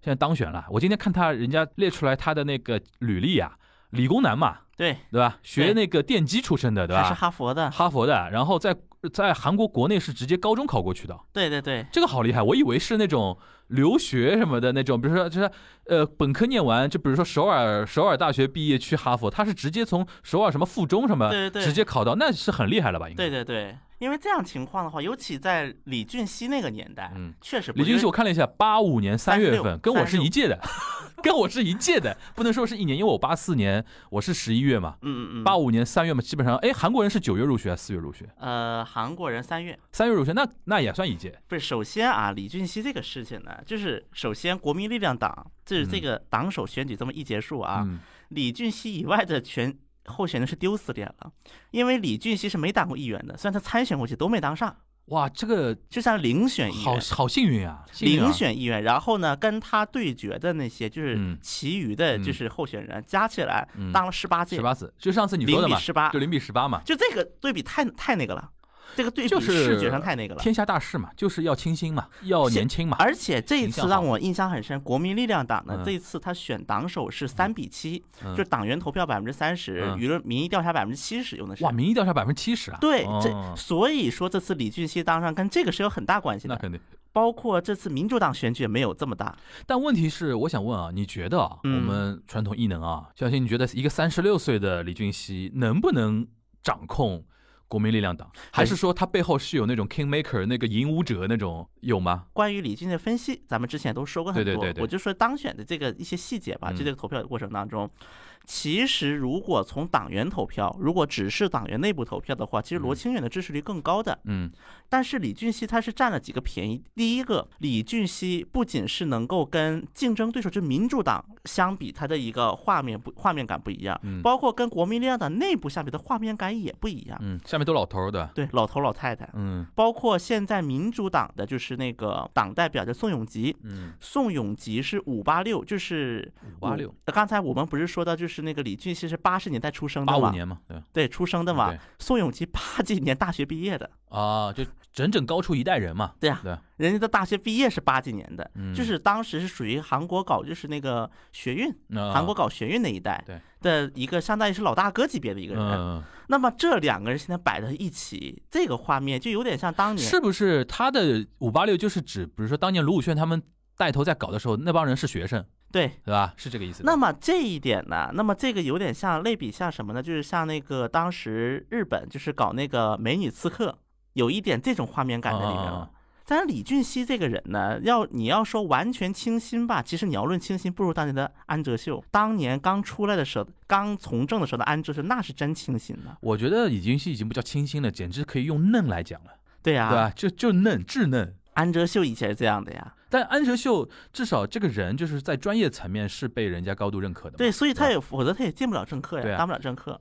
现在当选了。我今天看他人家列出来他的那个履历啊，理工男嘛，
对，
对吧？学那个电机出身的，对
还是
吧？
哈佛的，
哈佛的，然后在在韩国国内是直接高中考过去的，
对对对，
这个好厉害，我以为是那种留学什么的那种，比如说就是呃本科念完，就比如说首尔首尔大学毕业去哈佛，他是直接从首尔什么附中什么
对对对
直接考到，那是很厉害了吧？应该
对对对，因为这样情况的话，尤其在李俊熙那个年代，
嗯，
确实不
李俊熙，我看了一下，八五年三月份
36
跟我是一届的， [LAUGHS] 跟我是一届的，不能说是一年，因为我八四年我是十一月嘛，
嗯嗯嗯，
八五年三月嘛，基本上，哎，韩国人是九月入学，四月入学，
呃，韩国人三月
三月入学，那那也算一届，
不是，首先啊，李俊熙这个事情呢，就是首先国民力量党，就是这
嗯
个党首选举这么一结束啊，
嗯，
李俊熙以外的全候选人是丢死脸了，因为李俊熙是没当过议员的，虽然他参选过去都没当上，
哇，这个
就像遴选议
好
员。
好幸运啊，幸运啊
遴选议员，然后呢，跟他对决的那些就是
嗯
其余的，
嗯
就是候选人加起来
嗯
当了十八届
十，八次，就上次你说
零
的
比
嘛，
十八
就，零比十八嘛，
就这个对比太太那个了，这个对
就
比
是
视觉上太那个了。
天下大势嘛，就是要清新嘛，要年轻嘛，
[LAUGHS] 而且这一
形象
次
好
让我印象很深，国民力量党呢
嗯，
这一次他选党首是三比七，
嗯
就是党员投票百分之三十，
嗯
舆论民意调查百分之七十，用的是
哇，。民意调查百分之七十啊，
对，
哦
这所以说这次李俊熙当上跟这个是有很大关系
那
的，
肯定。
包括这次民主党选举也没有这么大。
但问题是，我想问啊，你觉得啊，我
嗯
们传统异能啊，小新，你觉得一个三十六岁的李俊熙能不能掌控国民力量党？还是说他背后是有那种 king maker 那个引舞者那种有吗？
关于李俊的分析，咱们之前都说过很
对
多，
对对对
我就说当选的这个一些细节吧。
嗯
就这个投票的过程当中，其实如果从党员投票，如果只是党员内部投票的话，其实罗
嗯
清远的支持率更高的。
嗯
但是李俊熙他是占了几个便宜。第一个，李俊熙不仅是能够跟竞争对手，就是民主党相比，他的一个画面不画面感不一样，
嗯
包括跟国民力量党内部相比，的画面感也不一样。
嗯，下面都老头儿的，
对，老头老太太，
嗯
包括现在民主党的就是那个党代表叫宋永吉，
嗯，
宋永吉是五八六，就是
五八嗯六
五。呃刚才我们不是说到，就是那个李俊熙是八十年代出生
八
的
五
嘛？
年嘛，对吧
对，出生的嘛
对。
宋永吉八几年大学毕业的，
啊，就整整高出一代人嘛，
对呀、
对
人家的大学毕业是八几年的，
嗯
就是当时是属于韩国搞就是那个学运，
那
韩国搞学运那一代
啊对
的一个相当于是老大哥级别的一个人。
嗯，
那么这两个人现在摆在一起，这个画面就有点像当年
是不是他的五八六就是指，比如说当年卢武铉他们带头在搞的时候，那帮人是学生，
对。
对吧？是这个意思吧。
那么这一点呢？那么这个有点像类比像什么呢？就是像那个当时日本就是搞那个美女刺客，有一点这种画面感在里面
啊
了。但是李俊熙这个人呢，要你要说完全清新吧，其实你要论清新，不如当年的安哲秀。当年刚出来的时候，刚从政的时候的安哲秀，那是真清新的。
我觉得已经是已经不叫清新了，简直可以用嫩来讲了，
对呀、
对啊吧？就就嫩，稚嫩。
安哲秀以前是这样的呀。
但安哲秀至少这个人就是在专业层面是被人家高度认可的嘛，
对，所以他
吧啊
也否则他也进不了政客
对啊
呀，当不了政客。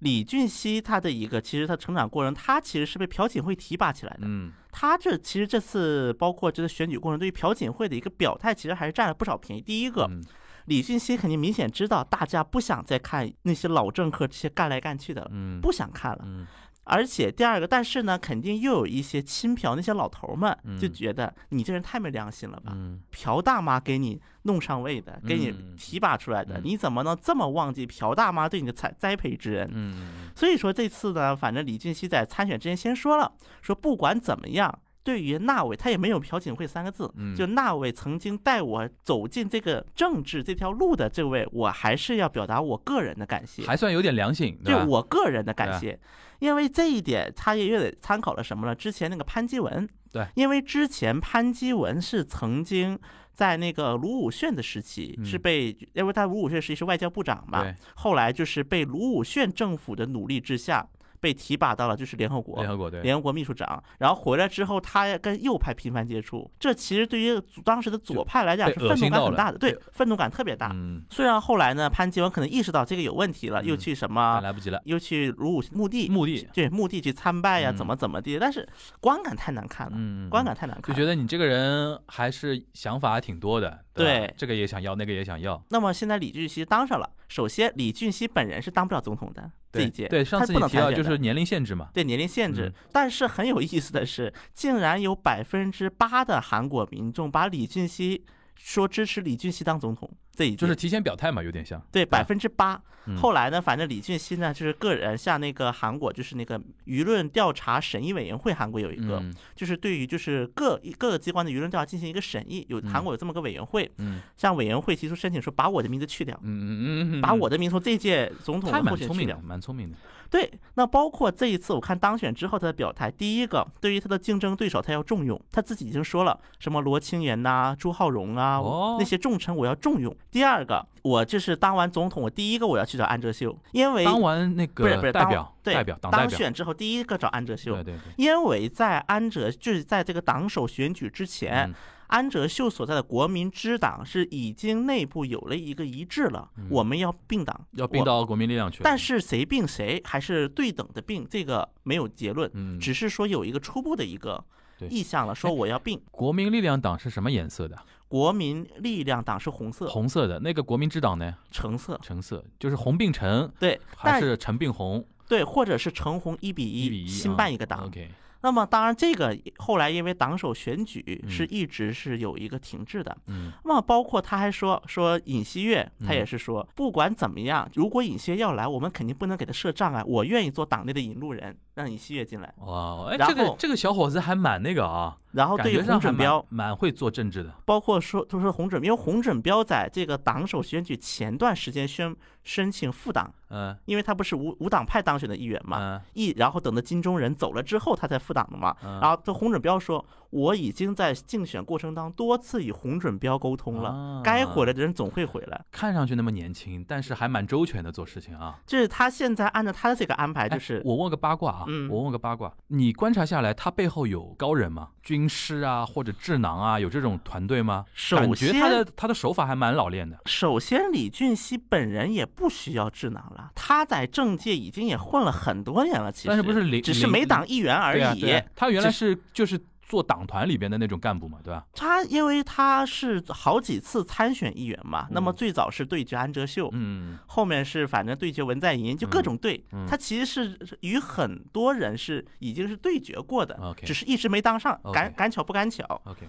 李俊熙他的一个其实他成长过程，他其实是被朴槿惠提拔起来的。
嗯，
他这其实这次包括这次选举过程，对于朴槿惠的一个表态，其实还是占了不少便宜。第一个，
嗯
李俊熙肯定明显知道大家不想再看那些老政客这些干来干去的了，
嗯
不啊想看了。
嗯
而且第二个，但是呢，肯定又有一些亲朴那些老头儿们
嗯
就觉得你这人太没良心了吧？
嗯，
朴大妈给你弄上位的，给你
嗯
提拔出来的，
嗯
你怎么能这么忘记朴大妈对你的栽栽培之恩？
嗯，
所以说这次呢，反正李俊熙在参选之前先说了，说不管怎么样，对于那位他也没有朴槿惠三个字，
嗯
就那位曾经带我走进这个政治这条路的这位，我还是要表达我个人的感谢，
还算有点良心，对
就
吧？
我个人的
对啊
感谢，因为这一点他也有点参考了什么呢？之前那个潘基文，
对
因为之前潘基文是曾经。在那个卢武铉的时期，
嗯
是被因为他卢武铉时期是外交部长嘛，
对，
后来就是被卢武铉政府的努力之下，被提拔到了就是联合国
联。合国对，
联合国秘书长，然后回来之后，他跟右派频繁接触，这其实对于左当时的左派来讲
被
是
恶
愤
心
怒
到
感很
了
大的，对
对，
愤怒感特别大。
嗯，
虽然后来呢，潘基文可能意识到这个有问题了，又
嗯
去什
但
么，
来不及了，
又去卢武墓地，
目的，
对墓地去参拜呀，
嗯
怎么怎么地，但是观感太难看了，
嗯，
观感太难
就
看。
觉得你这个人还是想法挺多的，吧
对
这个也想要，那个也想要。
那么现在李俊熙当上了，首先李俊熙本人是当不了总统的这一
对
届，
对，上
他
次
不
你
能
提
参
到
选
就
的
是年龄限制嘛，
对年龄限制。
嗯
但是很有意思的是，竟然有百分之八的韩国民众把李俊熙说支持李俊熙当总统，这一届
就是提前表态嘛，有点像。
对百分之八
嗯。
后来呢，反正李俊熙呢，就是个人向那个韩国，就是那个舆论调查审议委员会，韩国有一个，
嗯
就是对于就是各各个机关的舆论调查进行一个审议，有
嗯
韩国有这么个委员会，
嗯
向委员会提出申请说把我的名字去掉
嗯。嗯嗯嗯，
把我的名从这届总统
他
的
蛮
候选
聪
去
明
掉
的，，蛮聪明的。
对，那包括这一次，我看当选之后他的表态，第一个，对于他的竞争对手，他要重用，他自己已经说了，什么罗清源呐、朱浩荣啊、
哦
那些重臣，我要重用。第二个，我就是当完总统，我第一个我要去找安哲秀，因为
当完那
哎不是不
个
是
代
当
表，
对
代表党代
当
表，
选之后第一个找安哲秀
对，对对，
因为在安哲就是在这个党首选举之前，
嗯
安哲秀所在的国民之党是已经内部有了一个一致了，
嗯
我们要并党，
要并
我
到国民力量去了。
但是谁并谁还是对等的并，这个没有结论，
嗯，
只是说有一个初步的一个
对哎
意向了，说我要并。
国民力量党是什么颜色的？
国民力量党是红色、
红色的。那个国民之党呢？
橙色，
橙色，就是红并橙
对，
还
但
是橙并红？
对，或者是橙红一比
一比一，
一，
啊
新办一个党。
OK，
那么当然，这个后来因为党首选举
嗯
是一直是有一个停滞的。
嗯
那么包括他还说说尹锡悦，他也
嗯
是说，不管怎么样，如果尹锡悦要来，我们肯定不能给他设障碍，我愿意做党内的引路人，让尹锡悦进来。
哇，哎，
然
这个
后
这个小伙子还蛮那个啊，
然后
感
哦对于
觉上
洪
还
准
蛮
标，
蛮会做政治的。
包括说，就是说洪准，因为洪准标在这个党首选举前段时间宣申请复党，
嗯
因为他不是无无党派当选的议员嘛，
嗯
一然后等到金钟仁走了之后，他才复党的嘛。
嗯，
然后这洪准标说，我已经在竞选过程当中多次与洪准标沟通了，
啊
该回来的人总会回来。
看上去那么年轻，但是还蛮周全的做事情啊。
就是他现在按照他的这个安排，
哎
就是
我问个八卦啊，
嗯
我问个八卦，你观察下来，他背后有高人吗？军师啊，或者智囊啊，有这种团队吗？感
首
觉他的
先。
他的手法还蛮老练的。
首先，李俊熙本人也不需要智囊了，他在政界已经也混了很多年了，其实
但是不是零
只是
零
没党议员而
对啊
已。
对啊他原来
就是
就是做党团里边的那种干部嘛，对吧？
他因为他是好几次参选议员嘛，那么最早是对决安哲秀，
嗯
后面是反正对决文在寅，就各种对。
嗯
他其实是与很多人是已经是对决过的
啊 OK
只是一直没当上，赶
OK
赶巧不赶巧。
，OK，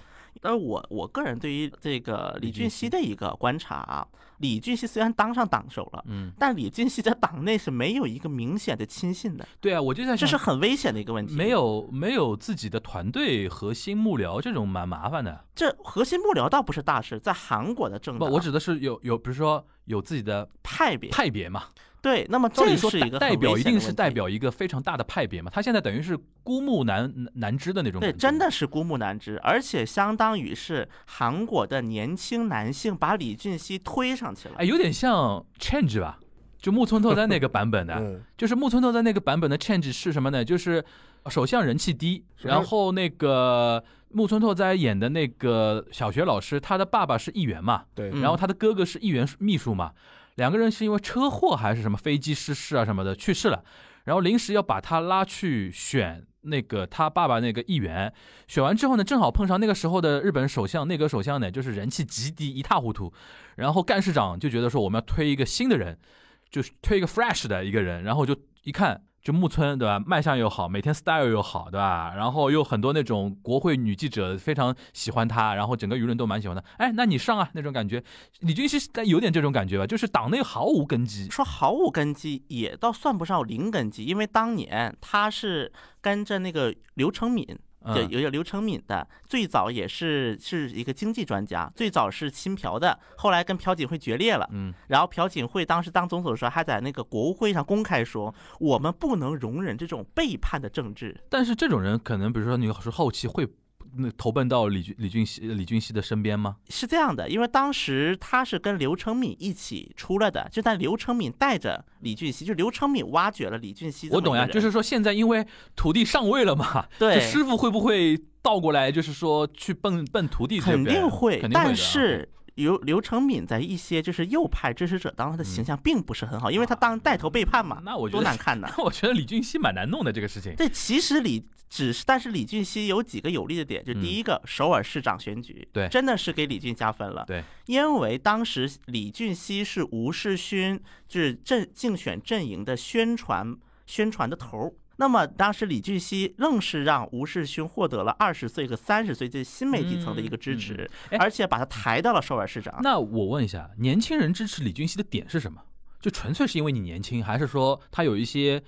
但我我个人对于这个
李
李
俊
俊
熙
熙的一个观察啊，李俊熙虽然当上党首了。
嗯，
但李俊熙在党内是没有一个明显的亲信的，
对啊，我就在
这
想，
是很危险的一个问题。
没有没有自己的团队核心幕僚，这种蛮麻烦的。
这核心幕僚倒不是大事，在韩国的政
不，
党，
我指的是有有，比如说有自己的
派嗯别
派别嘛。
对，那么
照理
这
说
是一个
代代
很
表
危
一
险
定
的
是
问
代
题。
表一个非常大的派别嘛，他现在等于是孤木难难支的那种
对，
感觉。
真的是孤木难支，而且相当于是韩国的年轻男性把李俊熙推上去了。
哎，有点像 Change 吧，就木村拓哉那个版本的，
嗯，
[LAUGHS] 就是木村拓哉那个版本的 Change 是什么呢？就是首相人气低，
首相
然后那个木村拓哉演的那个小学老师，他的爸爸是议员嘛，
对，
嗯
然后他的哥哥是议员秘书嘛，两个人是因为车祸还是什么飞机失事啊什么的去世了，然后临时要把他拉去选那个他爸爸那个议员，选完之后呢，正好碰上那个时候的日本首相内阁首相呢，就是人气极低一塌糊涂，然后干事长就觉得说我们要推一个新的人，就是推一个 fresh 的一个人，然后就一看。就木村对吧，卖相又好，每天 style 又好，对吧？然后又很多那种国会女记者非常喜欢他，然后整个舆论都蛮喜欢他。哎，那你上啊，那种感觉，李军熙有点这种感觉吧，就是党内毫无根基。
说毫无根基也倒算不上零根基，因为当年他是跟着那个刘承敏，对，
嗯，
有有刘承敏的，最早也是是一个经济专家，最早是亲朴的，后来跟朴槿惠决裂了。
嗯，
然后朴槿惠当时当总统的时候，还在那个国务会议上公开说，我们不能容忍这种背叛的政治。
但是这种人可能，比如说你是后期会那投奔到李俊李俊熙李俊熙的身边吗？
是这样的，因为当时他是跟刘承敏一起出来的，就但刘承敏带着李俊熙，就刘承敏挖掘了李俊熙这
我
么一个
懂
人。
呀，就是说现在因为徒弟上位了嘛，
对
这师傅会不会倒过来，就是说去奔奔徒弟这
肯
边？
定会，
肯定会的啊
但是。刘刘承敏在一些就是右派支持者当中，他的形象并不是很好，因为他当带头背叛嘛，
嗯啊那我觉
多
得
难看呐！
那 [LAUGHS] 我觉得李俊熙蛮难弄的这个事情。
对，其实李只是，但是李俊熙有几个有利的点，就第一个，首尔市长选举，
嗯对
真的是给李俊加分了，
对，
因为当时李俊熙是吴世勋就是阵竞选阵营的宣传宣传的头儿。那么当时李俊熙愣是让吴世勋获得了二十岁和三十岁这新媒体层的一个支
嗯
持，
哎
而且把他抬到了首尔市长。
那我问一下，年轻人支持李俊熙的点是什么？就纯粹是因为你年轻，还是说他有一些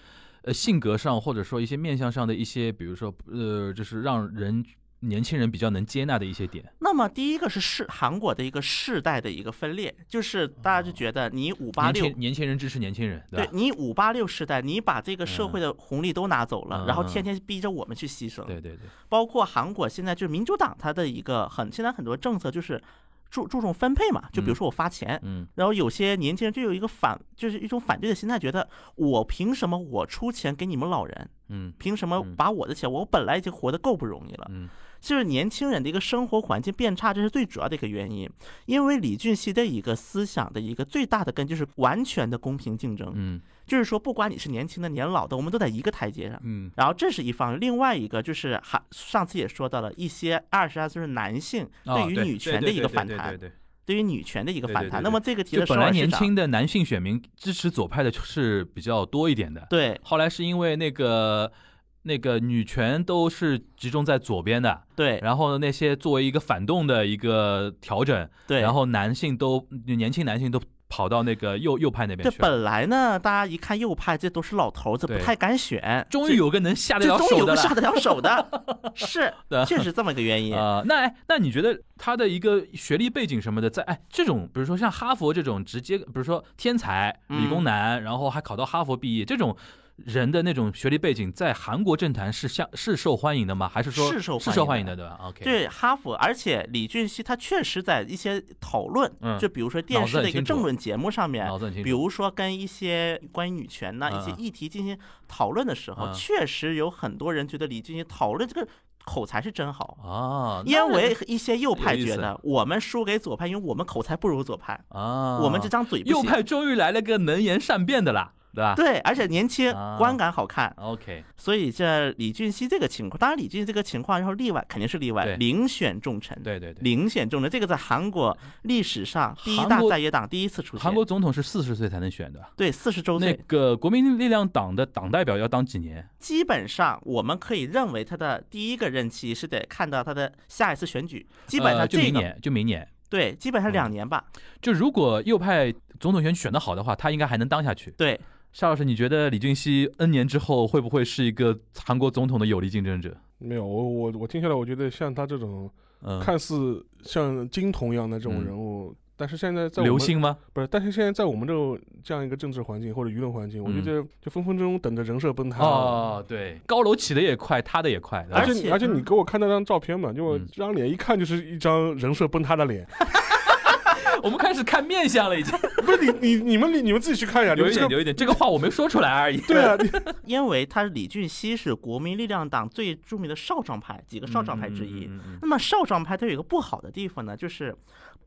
呃性格上，或者说一些面相上的一些，比如说呃，就是让人年轻人比较能接纳的一些点？
那么第一个是世韩国的一个世代的一个分裂，就是大家就觉得你五八
年
六
轻年轻人支持年轻人，
对
吧？
你五八六时代，你把这个社会的红利都拿走了，
嗯
然后天天逼着我们去牺牲。
对对对，
包括韩国现在就是民主党它的一个很现在很多政策就是注注重分配嘛，就比如说我发钱，
嗯
然后有些年轻人就有一个反，就是一种反对的心态，觉得我凭什么我出钱给你们老人？
嗯
凭什么
嗯
把我的钱？我本来已经活得够不容易了。
嗯
就是年轻人的一个生活环境变差，这是最主要的一个原因。因为李俊熙的一个思想的一个最大的根就是完全的公平竞争，
嗯
就是说不管你是年轻的、年老的，我们都在一个台阶上。
嗯
然后这是一方面，另外一个就是还上次也说到了一些二十二岁的男性
哦
对于
对
女
对
权的
对
一
对
个
对
反
对
弹
对，对
对于女权的一个
对
反
对
弹。
对
那么这个提
就
的
本来
市
年
长，
轻的男性选民支持左派的是比较多一点的，
对
后来是因为那个那个女权都是集中在左边的，
对
然后呢，那些作为一个反动的一个调整，
对，
然后男性都年轻男性都跑到那个右右派那边
这
去了。
本来呢，大家一看右派，这都是老头子，不
对
太敢选。
终于有个能下得
这，
了
这终于
手
有
的
个
了
下得了
[LAUGHS]
手的，是
对
确实这么一个原因。
[LAUGHS] 啊、那哎，那你觉得他的一个学历背景什么的，在哎这种，比如说像哈佛这种直接，比如说天才
嗯
理工男，然后还考到哈佛毕业这种人的那种学历背景，在韩国政坛是像是受欢迎的吗？还是说
是受
是受
欢
欢
迎
迎
的
的，对吧？OK，，
对哈佛，而且李俊熙他确实在一些讨论，
嗯
就比如说电
脑子
视
很
的一个
清楚
政论节目上面，
脑子很清
比
楚。
如说跟一些关于女权呐、一些
嗯嗯
议题进行讨论的时候，
嗯
确实有很多人觉得李俊熙讨论这个口才是真好，
啊，那
因为一些右派
有意
觉
思
得我们输给左派，因为我们口才不如左派，
啊，
我们这张嘴不
右
行。
派终于来了个能言善辩的啦，对吧？
对，而且年轻，
啊
观感好看，
OK，
所以这李俊熙这个情况，当然李俊熙这个情况，然后例外肯定是例外，
对
遴选重臣，
对对对，
遴选重臣，这个在韩国历史上第一
韩
大
国
在野党第一次出现，
韩国总统是四十岁才能选的，
对四十周
那
岁，
个国民力量党的党代表要当几年？
基本上我们可以认为他的第一个任期是得看到他的下一次选举，基本
呃
上
就
这
明
个
年，嗯就明年。
对，基本上两年吧，
就如果右派总统选举选得好的话，他应该还能当下去。
对。
夏老师，你觉得李俊熙 N 年之后会不会是一个韩国总统的有力竞争者？
没有，我我我听下来，我觉得像他这种
嗯，
看似像金童一样的这种
嗯
人物，但是现在在我
流
们
星吗？
不是，但是现在在我们这种这样一个政治环境或者舆论环境，我觉
嗯
得就分分钟等着人设崩塌。
哦，对，高楼起得也快，塌得也快，啊对吧
啊而
而
且
且
而且你给我看那张照片嘛，就我
嗯
这张脸一看就是一张人设崩塌的脸，
我们开始看面相了，
[LAUGHS]
已经
不是你你你们你你们自己去看呀，你
有
们
一
这
点，
个
有一点，这个话我没说出来而已。
对啊，你
因为他李俊熙是国民力量党最著名的少壮派几个少壮派之一。
嗯嗯嗯嗯嗯
那么少壮派它有一个不好的地方呢，就是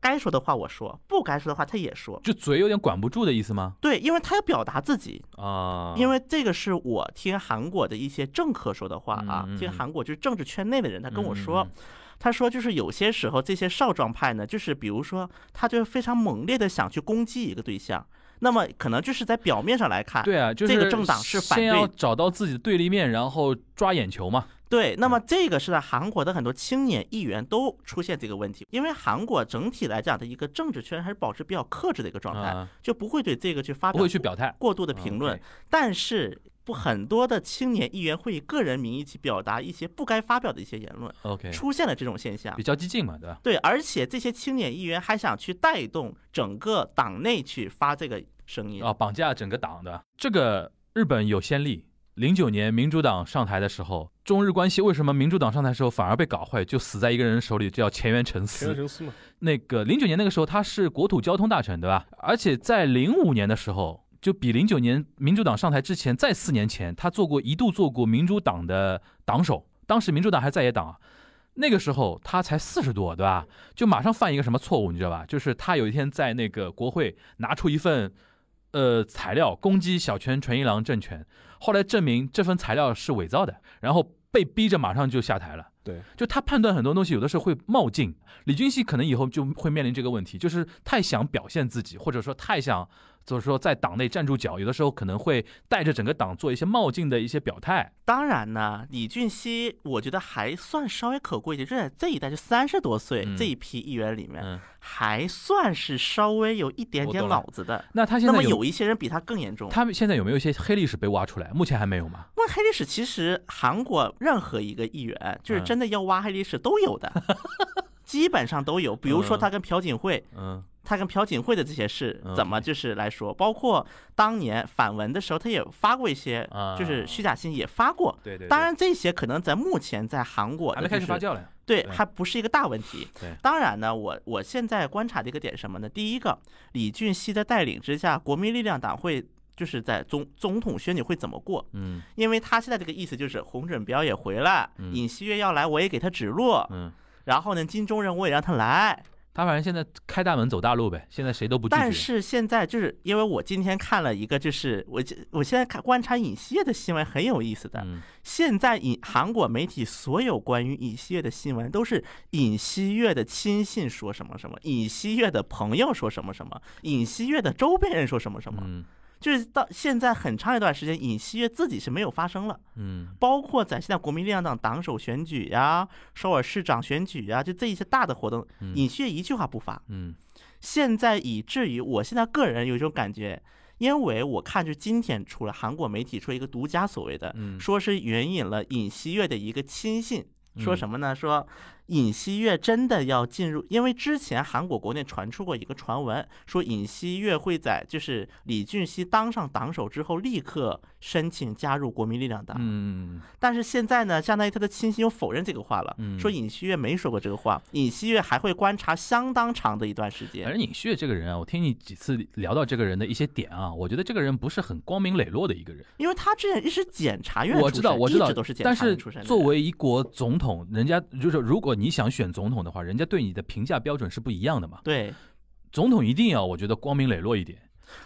该说的话我说，不该说的话他也说。
就嘴有点管不住的意思吗？
对，因为他要表达自己，
啊，
因为这个是我听韩国的一些政客说的话啊
嗯嗯，嗯
听韩国就是政治圈内的人，他跟我说
嗯，
他说就是有些时候这些少壮派呢，就是比如说他就是非常猛烈的想去攻击一个对象，那么可能就是在表面上来看，
对啊，就是
这个政党是反
先要
对
找到自己的对立面，然后抓眼球嘛。
对，那么这个是在韩国的很多青年议员都出现这个问题，因为韩国整体来讲的一个政治圈还是保持比较克制的一个状态，
啊，
就不会对这个去发
不
表
会去表态。
过度的评论
OK，
但是不很多的青年议员会以个人名义去表达一些不该发表的一些言论，
OK，
出现了这种现象
比。较激进嘛，对吧？
对，而且这些青年议员还想去带动整个党内去发这个声音
啊，。绑架整个党的这个日本有先例。零九年民主党上台的时候，中日关系为什么民主党上台的时候反而被搞坏，就死在一个人手里，叫前原诚
田
司。
神司嘛，
那个零九年那个时候他是国土交通大臣，对吧？而且在零五年的时候，就比零九年民主党上台之前，在四年前，他做过一度做过民主党的党首，当时民主党还在野党啊。那个时候他才四十多，对吧？就马上犯一个什么错误，你知道吧？就是他有一天在那个国会拿出一份呃材料攻击小泉纯一郎政权，后来证明这份材料是伪造的，然后被逼着马上就下台了。
对，
就他判断很多东西有的时候会冒进，李俊熙可能以后就会面临这个问题，就是太想表现自己，或者说太想就是说在党内站住脚，有的时候可能会带着整个党做一些冒进的一些表态。
当然呢，李俊熙我觉得还算稍微可贵一点，就在这一代就三十多岁、
嗯
这一批议员里面，
嗯，
还算是稍微有一点
我
点
懂了
脑子的。
那他现
那
在
么有一些人比他更严重。
他们现在有没有一些黑历史被挖出来？目前还没有吗？
问黑历史，其实韩国任何一个议员，就是
嗯
真的要挖黑历史都
[LAUGHS]
有的，基本上都有。比如说
嗯
他跟朴槿惠，
嗯，
他跟朴槿惠的这些事
嗯
怎么就是来说，包括当年反文的时候，他也发过一些，就是
啊
虚假信也发过。
对对
当然，这些可能在目前在韩国
还没开始发
发酵，
酵嘞。
对，
对
还不是一个大问题
对。
当然呢，我我现在观察的一个点是什么呢？第一个，李俊熙的带领之下，国民力量党会就是在总总统选举会怎么过？
嗯
因为他现在这个意思就是洪准标也回来，
嗯
尹锡悦要来，我也给他指路，
嗯，
然后呢，金钟仁我也让他来。
他反正现在开大门走大路呗，现在谁都不拒绝。嗯
但是现在就是因为我今天看了一个，就是我这我现在看观察尹锡悦的新闻很有意思的。
嗯，
现在尹韩国媒体所有关于尹锡悦的新闻都是尹锡悦的亲信说什么什么，尹锡悦的朋友说什么什么，尹锡悦的周边人说什么什么，
嗯
就是到现在很长一段时间，尹锡悦自己是没有发声了。
嗯
包括在现在国民力量党党首选举呀、首尔市长选举呀、就这一些大的活动，
嗯
尹锡悦一句话不发。
嗯
现在以至于我现在个人有一种感觉，因为我看就今天出了韩国媒体出了一个独家所谓的，
嗯，
说是援引了尹锡悦的一个亲信，说
嗯
什么呢？说尹锡悦真的要进入，因为之前韩国国内传出过一个传闻，说尹锡悦会在就是李俊熙当上党首之后立刻申请加入国民力量党。
嗯嗯
但是现在呢，相当于他的亲信又否认这个话了，
嗯
说尹锡悦没说过这个话，尹锡悦还会观察相当长的一段时
反
间。
正尹旭这个人啊，我听你几次聊到这个人的一些点啊，我觉得这个人不是很光明磊落的一个人。
因为他之前是检察院
我
出
知道，
身
我知
一
道
直都是，检
但
察
是
院出身的
作
人
为一国总统，人家就是如果你想选总统的话，人家对你的评价标准是不一样的嘛。
对
总统一定要我觉得光明磊落一点。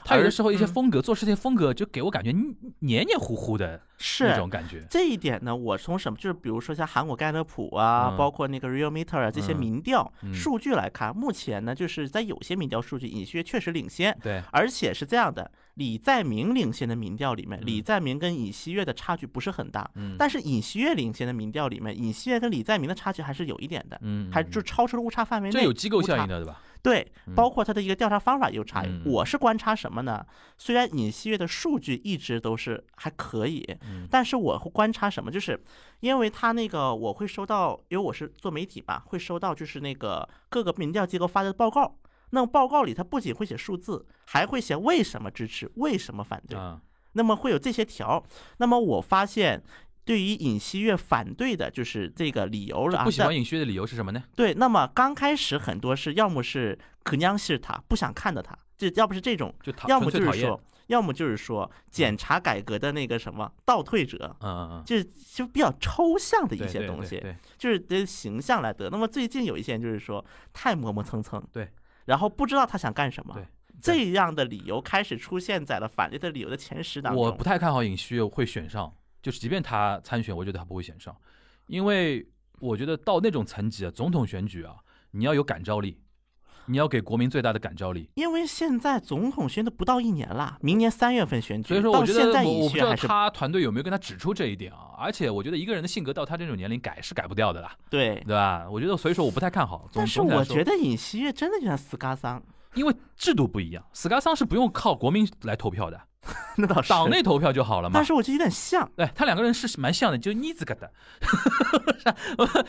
他有的
而
时候一些
嗯
风格、做事情风格就给我感觉黏黏糊糊的那
是
种感觉。
这一点呢，我从什么就是比如说像韩国盖勒普啊，
嗯
包括那个 Real Meter 啊这些
嗯
民调、
嗯
数据来看，目前呢就是在有些民调数据，尹锡悦确实领先，
对，
而且是这样的，李在明领先的民调里面，
嗯
李在明跟尹锡悦的差距不是很大，
嗯，
但是尹锡悦领先的民调里面，尹锡悦跟李在明的差距还是有一点的，
嗯，
还
嗯
就超出了误差范围内。
这有机构效
误
应
差。
的，对吧？
对
嗯，
包括他的一个调查方法也有差异
嗯。
我是观察什么呢？虽然尹锡悦的数据一直都是还可以
嗯，
但是我会观察什么，就是因为他那个我会收到，因为我是做媒体嘛，会收到就是那个各个民调机构发的报告。那么报告里，他不仅会写数字，还会写为什么支持，为什么反对。
啊，
那么会有这些条。那么我发现，对于尹锡悦反对的就是这个理由了啊。
不喜
但
欢尹旭的理由是什么呢？
对，那么刚开始很多是要么是可娘是他不想看到他，就要不是这种，
就讨
要么
纯粹
就
讨
是
厌。
说，要么就是说检查改革的那个什么倒退者。
嗯嗯
就是就比较抽象的
嗯，
一些东西，
对，
就是的形象来得。那么最近有一些人就是说太磨磨蹭蹭，
对，
然后不知道他想干什么
对，
这样的理由开始出现在了反对的理由的前十当中。
我不太看好尹旭会选上，就是即便他参选，我觉得他不会选上，因为我觉得到那种层级啊，总统选举啊，你要有感召力，你要给国民最大的感召力。
因为现在总统选的不到一年了，明年三月份选举，
所以说，我
到
觉
现
得
在
我
尹
我不
锡
知
悦
道
还是
他团队有没有跟他指出这一点啊。而且，我觉得一个人的性格到他这种年龄改是改不掉的啦，
对
对。吧？我觉得，所以说我不太看好。总
但是
总体来
我
说
觉得尹锡悦真的就像斯嘎桑， [LAUGHS]
因为制度不一样，斯卡桑是不用靠国民来投票的，
那倒是。
党内投票就好了嘛
但。是我觉得有点像，
对，哎他两个人是蛮像的， [LAUGHS] 就妮子疙瘩，上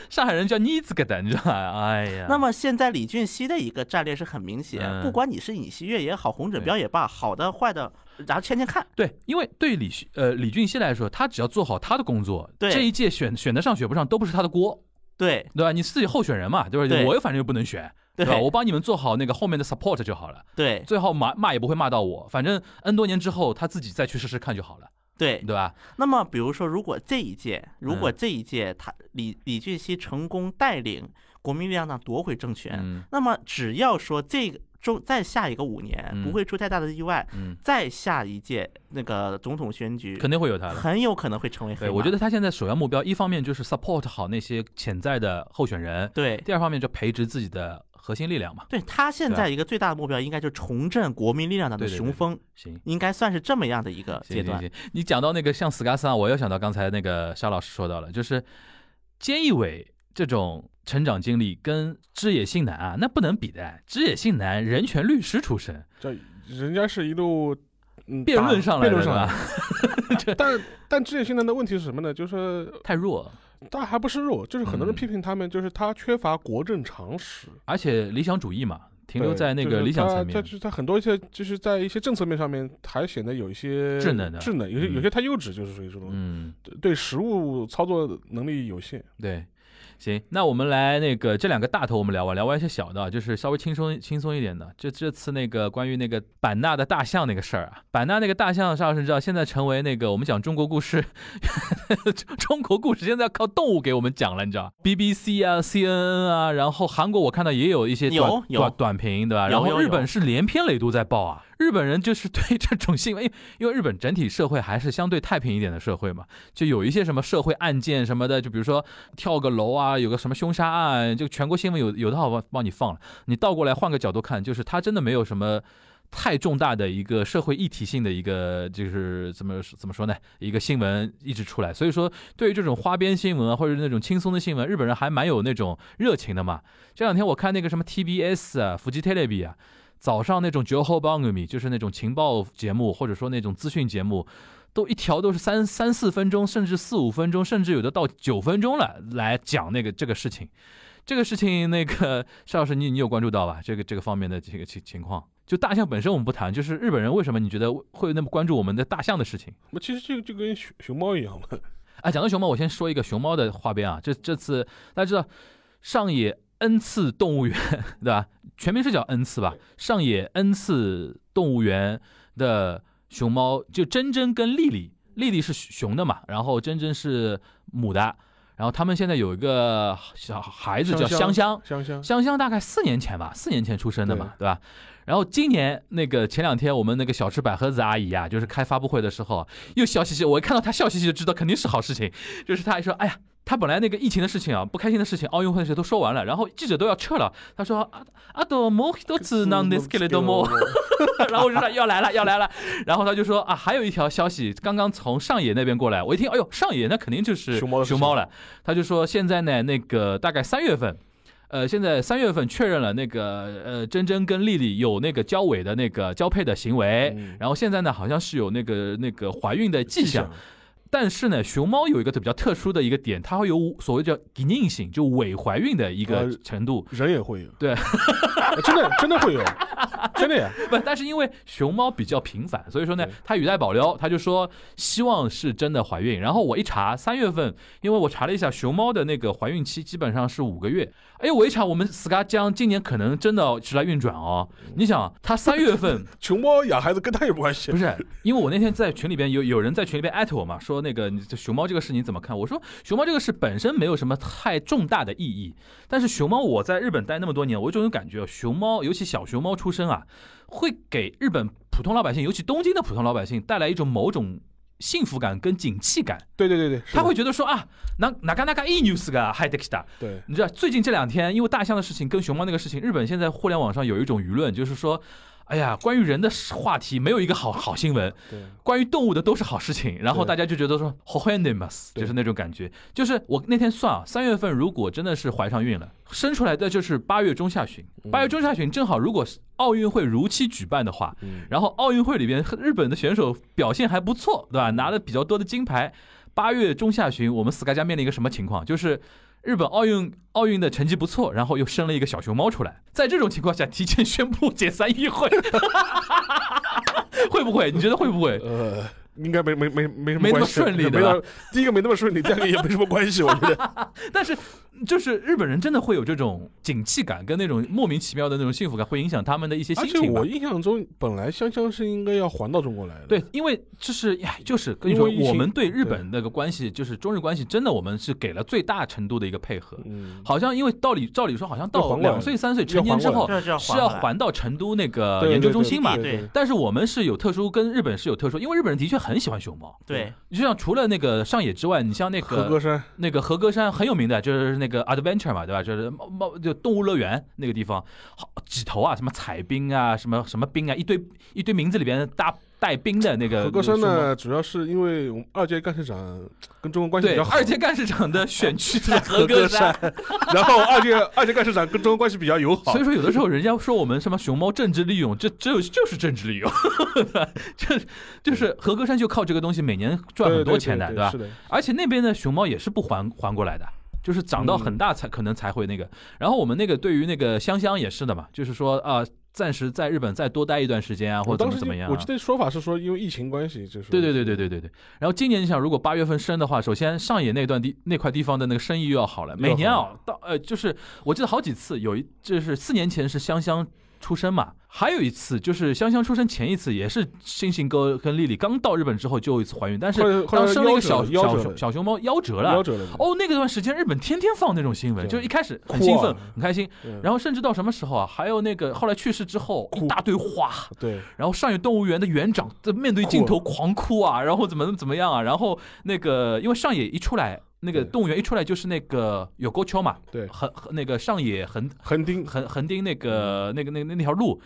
上海人叫妮子疙瘩，你知道吧？哎呀，
那么现在李俊熙的一个战略是很明显，
嗯
不管你是尹锡悦也好，洪准
对
标也罢，好的坏的，然后天天看，
对，因为对于李旭呃李俊熙来说，他只要做好他的工作，
对
这一届选选得上选不上都不是他的锅，
对
对吧？你自己候选人嘛，对吧？
对
我又反正又不能选，
对
吧？我帮你们做好那个后面的 support 就好了，
对
最后骂骂也不会骂到我，反正 N 多年之后他自己再去试试看就好了，
对
对。吧？
那么比如说，如果这一届，如
嗯
果这一届他李李俊熙成功带领国民力量党夺回政权，
嗯
那么只要说这个中再下一个五年
嗯
不会出太大的意外，
嗯，
再下一届那个总统选举，
肯定会有他的。
[LAUGHS] 很有可能会成为黑
对，
马。
我觉得他现在首要目标，一方面就是 support 好那些潜在的候选人，
对
第二方面就培植自己的核心力量嘛。
对他现
对啊
在一个最大的目标，应该就是重振国民力量党的
对对对
雄风，
行，
应该算是这么样的一
呃
个阶
行行
段。
行，你讲到那个像 s c a s 啊，我又想到刚才那个沙老师说到了，就是菅义伟这种成长经历跟枝野信男啊，那不能比的。枝野信男人权律师
[LAUGHS]
出身，
这人家是一路嗯
辩论
打
上来
辩
的
论
是
上来
吧？
的，但但这些现在的问题是什么呢？就是
太弱了，
他还不是肉，就是很多人
嗯
批评他们，就是他缺乏国政常识，
而且理想主义嘛，停留
对
在那
就是
个理想
他
层
他
面
就。是他很多一些就是在一些政策面上面还显得有一些
稚嫩的
稚嫩，有些
嗯
有些太幼稚，就是属于这种
嗯，
对对实物操作能力有限。
对。行，那我们来那个这两个大头我们聊完，聊完一些小的啊，就是稍微轻松轻松一点的。这这次那个关于那个版纳的大象那个事儿啊，版纳那个大象，沙老师你知道现在成为那个我们讲中国故事， [LAUGHS] 中国故事现在要靠动物给我们讲了，你知道？BBC 啊，CNN 啊，然后韩国我看到也有一些短
有有
短短评，对吧？
有
然
有
后日
有
本是连篇累牍在报
[LAUGHS]
啊，日本人就是对这种新闻，因为因为日本整体社会还是相对太平一点的社会嘛，就有一些什么社会案件什么的，就比如说跳个楼啊，有个什么凶杀案，这个全国新闻有有的好帮帮你放了。你倒过来换个角度看，就是它真的没有什么太重大的一个社会议题性的一个，就是怎么怎么说呢，一个新闻一直出来。所以说，对于这种花边新闻啊，或者是那种轻松的新闻，日本人还蛮有那种热情的嘛。这两天我看那个什么 TBS 啊、富吉 t e l e v 啊，早上那种绝后帮 m 米，就是那种情报节目或者说那种资讯节目。都一条都是三三四分钟，甚至四五分钟，甚至有的到九分钟了，来讲那个这个事情。这个事情，那个 [LAUGHS] 邵老师你，你有关注到吧？这个这个方面的这个情情况，就大象本身我们不谈，就是日本人为什么你觉得会那么关注我们的大象的事情？
那其实这个就跟熊熊猫一样嘛，
哎，讲到熊猫，我先说一个熊猫的花边啊。这这次大家知道上野 n 次动物园 [LAUGHS] 对吧？全名是叫 n 次吧？上野 n 次动物园的熊猫就珍珍跟丽丽，丽丽是熊的嘛，然后珍珍是母的，然后他们现在有一个小孩子叫
香
香香，
香
[LAUGHS]
香
香香大概四年前吧，四年前出生的嘛，对吧？然后今年那个前两天我们那个小吃百合子阿姨啊，就是开发布会的时候又笑嘻嘻，我一看到她笑嘻嘻就知道肯定是好事情，就是她还说，哎呀。她本来那个疫情的事情啊，不开心的事情，奥运会的事都说完了，然后记者都要撤了。她说啊啊，都もう一つなんですけれども，然后我就说要来了，要来了。然后他就说啊，还有一条消息刚刚从上野那边过来，我一听，哎呦，上野那肯定就是
熊猫的事情
熊猫了。他就说现在呢，那个大概三月份。呃，现在三月份确认了那个呃，珍珍跟丽丽有那个交尾的那个交配的行
[LAUGHS]
为，
嗯
然后现在呢好像是有那个那个怀孕的迹象，但是呢，熊猫有一个比较特殊的一个点，它会有所谓叫隐匿性，就伪怀孕的一个
呃
程度。
人也会有，
对
哎，真的真的会有，真的呀，
[LAUGHS] 不，但是因为熊猫比较频繁，所以说呢
对，
他语带保留，他就说希望是真的怀孕。然后我一查，三月份，因为我查了一下，熊猫的那个怀孕期基本上是五个月。哎呦，我一查，我们 Ska 江今年可能真的是来运转哦。你想，他三月份
熊猫养孩子跟他有关
[LAUGHS]
系
不，是？因为我那天在群里边有有人在群里边艾特我嘛，说那个你这熊猫这个事你怎么看？我说熊猫这个事本身没有什么太重大的意义，但是熊猫我在日本待那么多年，我有种感觉，熊猫尤其小熊猫出生啊，会给日本普通老百姓，尤其东京的普通老百姓带来一种某种。幸福感跟景气感，
对对对对，是的
他会觉得说啊，那那嘎那嘎いいニュースが入ってきた。
对
你知道最近这两天，因为大象的事情跟熊猫那个事情，日本现在互联网上有一种舆论，就是说，哎呀，关于人的话题没有一个好好新闻，
对。
关于动物的都是好事情，然
嗯
后
对
大家就觉得说 h o h e n d e m a s
对
就是那种感觉。就是我那天算啊，三月份如果真的是怀上孕了，生出来的就是八月中下旬，
嗯
八月中下旬正好如果是奥运会如期举办的话，
嗯，
然后奥运会里边日本的选手表现还不错，对吧？
嗯
拿了比较多的金牌。八月中下旬，我们 Sky 家面临一个什么情况？就是日本奥运奥运的成绩不错，然后又生了一个小熊猫出来。在这种情况下，提前宣布解散议会， [LAUGHS] 会不会？你觉得会不会？
呃，应该没没没没什么
没那么
关系
顺利
没
对吧
到第一个没那么顺利，第二个也没什么关系，我觉得。
但是，就是日本人真的会有这种景气感跟那种莫名其妙的那种幸福感，会影响他们的一些
而
心
且
情吧
我。印象中，本来香香是应该要还到中国来的。
对，因为就是哎，就是跟你说
因为疫，情
我们对日本那个关系，就是中日关系，真的我们是给了最大程度的一个配合。
嗯，
好像因为道理照理说，好像
要
到
还过来
两岁三岁成年之后
这是要
是
还
要
回来
还到成都那个
对对
研究中
对
心嘛
对。
对
但是我们是有特殊，跟日本是有特殊，因为日本人的确很喜欢熊猫。
对，
就像除了那个上野之外，你像那
合
个
歌山，
那个和歌山很有名的，就是那个 adventure 嘛，对吧？就是冒冒就动物乐园那个地方，好几头啊，什么彩冰啊，什么什么冰啊，一堆一堆名字里边搭带冰的那个。
何歌生
那个数目？
呢，主要是因为我们二届干事长跟中国关系比
对
较，好，
二届干事长的选区在
何
合
歌
歌
山 [LAUGHS]
山，，
然后二届二届干事长跟中国关系比较友好
所以，说有的时候人家说我们什么熊猫政治利用，这这就是政治利用， [LAUGHS] 这就是合歌山就靠这个东西每年赚很多钱的，
对
吧？
是的，
而且那边的熊猫也是不还还过来的，就是长到
嗯
很大才、可能才会那个。然后我们那个对于那个香香也是的嘛，就是说啊、暂时在日本再多待一段时间啊，或
我
者怎
当
么
时
怎么样、
我
啊
记。得说法是说因为疫情关系，就是
对对对对对对对。然后今年你想，如果八月份生的话，首先上野那段地那块地方的那个生意又要好了。
又好了
每年啊，到呃，就是我记得好几次，有一就是四年前是香香。出生嘛，还有一次就是香香出生前一次也是星星哥跟丽丽刚到日本之后就有一次怀孕，但是
后来后来
当生了一
夭
个
折
小
了夭
小
折
熊
了，
小熊猫夭折了
夭，折了，
哦，那个段时间日本天天放那种新闻，
对
就是一开始很
哭啊
兴奋、很开心，
嗯，
然后甚至到什么时候啊，还有那个后来去世之后
哭
一大堆花，
对，
然后上野动物园的园长在面对镜头狂哭啊，然后怎么怎么样啊，然后那个因为上野一出来，那个
对
动物园一出来就是那个有沟桥嘛，
对
横横那个上野横
横丁
横横丁那个那个那个那条路，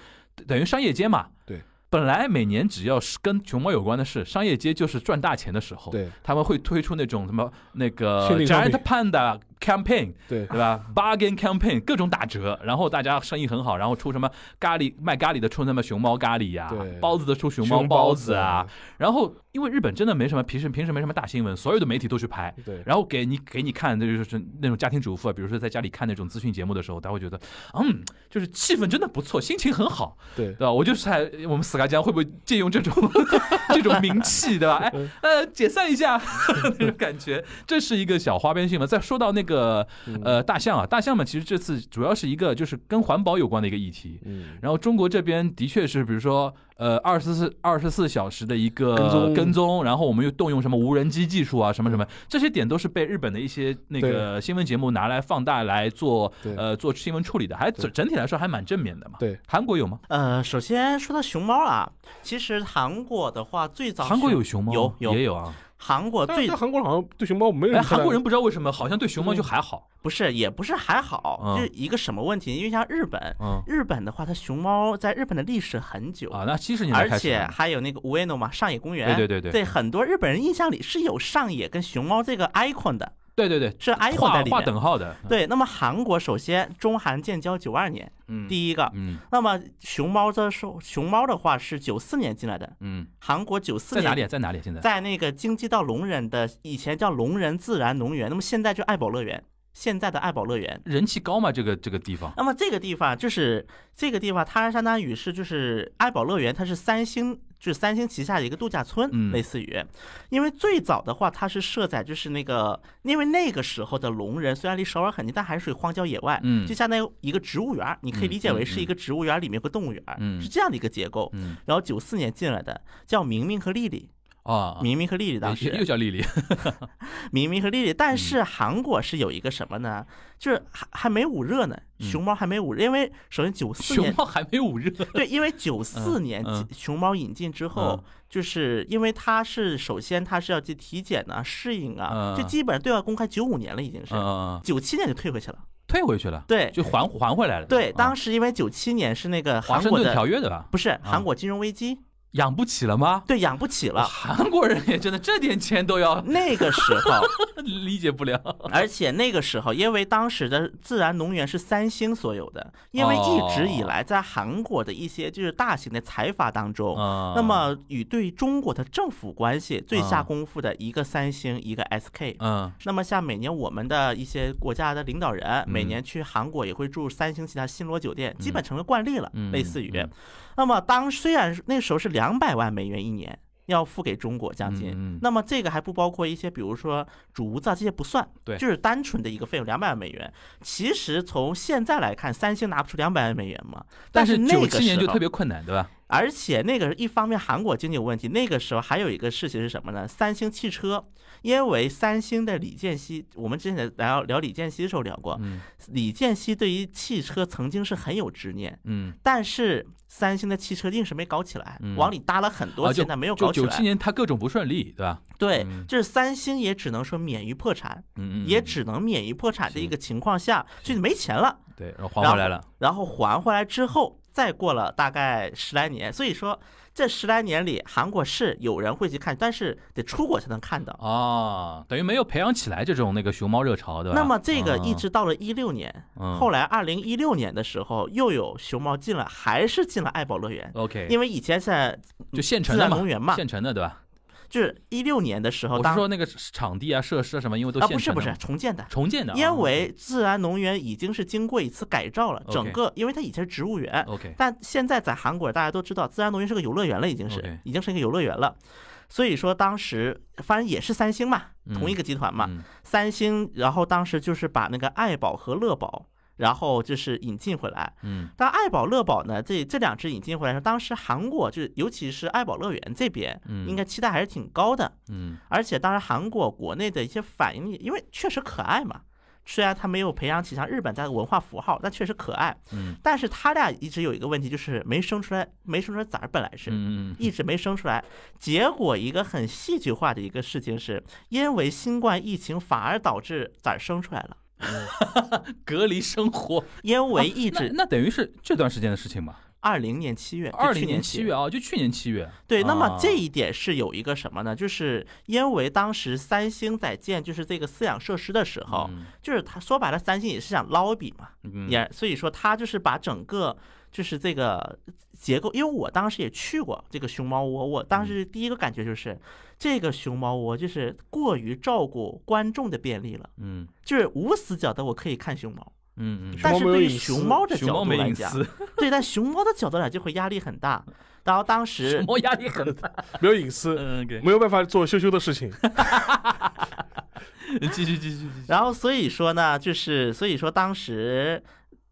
等于商业街嘛，
嗯对。
本来每年只要是跟熊猫有关的事，商业街就是赚大钱的时候。
对
他们会推出那种什么那个
限定商
Giant
品
Panda Campaign，
对
对吧？Bargain Campaign 各种打折，然后大家生意很好，然后出什么咖喱卖咖喱的出什么熊猫咖喱呀、
对
包子的出熊猫包子啊。，然后因为日本真的没什么平时平时没什么大新闻，所有的媒体都去拍。
对，
然后给你给你看，那就是那种家庭主妇啊，比如说在家里看那种资讯节目的时候，他会觉得，嗯，就是气氛真的不错，心情很好，
对
对吧？我就是猜我们死嘎江会不会借用这种 [LAUGHS] 这种名气，对吧？哎
嗯，
呃，解散一下 [LAUGHS] 那种感觉，这是一个小花边新闻。再说到那个
嗯
呃大象啊，大象嘛，其实这次主要是一个就是跟环保有关的一个议题。
嗯，
然后中国这边的确是，比如说，呃，二十四二十四小时的一个
跟踪嗯
跟踪，然后我们又动用什么无人机技术啊，什么什么，这些点都是被日本的一些那个新闻节目拿来放大来做，
对
呃，做新闻处理的，还整
对
整体来说还蛮正面的嘛。
对，
韩国有吗？
呃，首先说到熊猫啊，其实韩国的话最早
韩国
熊
有熊猫吗，
有有
也有啊。
韩国
但
最
但韩国人好像对熊猫没有什
哎，
么太大
韩国人不知道为什么好像对熊猫就还好，
不是也不是还好，
嗯
就是一个什么问题？因为像日本，
嗯
日本的话，它熊猫在日本的历史很久，
啊，那七十年代
而
开始
且
的，
还有那个无 n o 嘛，上野公园，
对对对对
对，很多日本人印象里是有上野跟熊猫这个 icon 的，
对对对，
是 icon 在
画
里
画
面。
等号的，
对，那么韩国首先中韩建交九二年，
嗯
第一个，
嗯
那么熊猫这时候熊猫的话是九四年进来的，
嗯，
韩国九四
在哪
年
里啊？在哪里啊？现在
在那个京畿道龙仁的以前叫龙仁自然农园，那么现在就爱宝乐园，现在的爱宝乐园。
人气高吗？这个这个地方？
那么这个地方就是这个地方，它相当于是就是爱宝乐园，它是三星就是三星旗下的一个度假村，
嗯
类似于，因为最早的话它是设在就是那个，因为那个时候的龙人虽然离首尔很近，但还属于荒郊野外，
嗯
就相当于一个植物园儿，你可以理解为是一个植物园儿里面有个动物园儿，
嗯
是这样的一个结构。
嗯
然后九四年进来的叫明明和丽丽，
啊，
明明和丽丽当时
又嗯叫丽丽，
明明和丽丽，但是韩国是有一个什么呢？就是还还没捂热呢，
嗯
熊猫还没捂热，因为首先九四
熊
年，
猫还没捂热，
[LAUGHS] 对，因为九四年
嗯
熊猫引进之后
嗯，
就是因为它是首先它是要去体检啊、适应啊，
嗯
就基本上对外公开九五年了，已经是
嗯，
九七年就退回去了。
退回去了，
对
就还还回来了。
对，
啊
当时因为九七年是那个
华
韩
盛
国
顿条
的。
约的吧，
不是韩国金融危机，
养不起了吗？
对养不起
[LAUGHS]
了。
韩国人也真的这点钱都要 [LAUGHS]
那个时候，
理解不了，
而且那个时候，因为当时的自然农园是三星所有的，因为
哦
一直以来在韩国的一些就是大型的财阀当中，
啊
哦那么与对中国的政府关系最下
啊
功夫的一个三星，一个 SK。
嗯
那么像每年我们的一些国家的领导人，每
嗯
年去韩国也会住三星旗下新罗酒店，基本成为惯例了，
嗯
类似于
嗯。
那么当虽然那时候是两百万美元一年要付给中国将近，
嗯嗯
那么这个还不包括一些比如说竹子啊这些不算，
对
就是单纯的一个费用两百万美元。其实从现在来看，三星拿不出两百万美元嘛，
但
是
是
那
九
个
七年
时
就
候
特别困难，对吧？
而且那个一方面韩国经济有问题，那个时候还有一个事情是什么呢？三星汽车，因为三星的李健熙，我们之前聊聊李健熙的时候聊过，
嗯
李健熙对于汽车曾经是很有执念，
嗯，
但是三星的汽车硬是没搞起来，
嗯
往里搭了很多
啊
钱，但没有
就
搞起
九
来。
七年他各种不顺利，对吧？
对
嗯，
就是三星也只能说免于破产，
嗯嗯，
也
嗯
只能免于破产的一个情况下，就没钱了。
对，然后还回来了，
然后还回来之后，再过了大概十来年，所以说这十来年里，韩国是有人会去看，但是得出国才能看到。
哦，等于没有培养起来这种那个熊猫热潮，对吧？
那么这个
嗯
一直到了一六年，
嗯
后来二零一六年的时候，又有熊猫进了，还是进了爱宝乐园，
OK，
因为以前在
就现成
自
的
然
嘛，
公园嘛，
现成的对吧？
就是一六年的时候，
我
当
是说那个场地啊、设施啊什么，因为都
啊
现成
不是
的
不是
嘛
重建的。
重建的啊，
因为自然农园已经是经过一次改造了，
OK
整个因为它以前是植物园，
OK
但现在在韩国，大家都知道，自然农园是个游乐园了，已经是
OK
已经是一个游乐园了。所以说当时反正也是三星嘛，
嗯
同一个集团嘛，
嗯
三星，然后当时就是把那个爱宝和乐宝，然后就是引进回来。
嗯
但爱宝、乐宝呢，这这两只引进回来的时候，当时韩国就是尤其是爱宝乐园这边，
嗯
应该期待还是挺高的。
嗯
而且当然韩国国内的一些反应，因为确实可爱嘛。虽然它没有培养起像日本这样的文化符号，但确实可爱。
嗯
但是他俩一直有一个问题，就是没生出来，没生出来崽儿，本来是。
嗯嗯
一直没生出来，结果一个很戏剧化的一个事情是，因为新冠疫情反而导致崽儿生出来了，
嗯，隔离生活，
因为一
哦那
直
那等于是这段时间的事情吧？
二零年七月，就
二
去
零
年
七月啊，就去年七月，
对，那么
啊
这一点是有一个什么呢？就是因为当时三星在建就是这个饲养设施的时候，
嗯
就是他说白了，三星也是想捞一笔嘛，
嗯
也所以说他就是把整个就是这个结构，因为我当时也去过这个熊猫窝，我
嗯
当时第一个感觉就是这个熊猫窝就是过于照顾观众的便利了，
嗯
就是无死角的我可以看熊猫，
嗯
熊
嗯，
猫
但是
没有
对于
隐私
熊猫的
熊
角
猫
度
没
来
隐
讲，
私，
对，但熊猫的角度来讲就会压力很大。然后当时
熊猫压力很大。
没有隐私，
嗯，OK，
没有办法做羞羞的事情。
嗯继续继续继续。
然后所以说呢，就是所以说当时，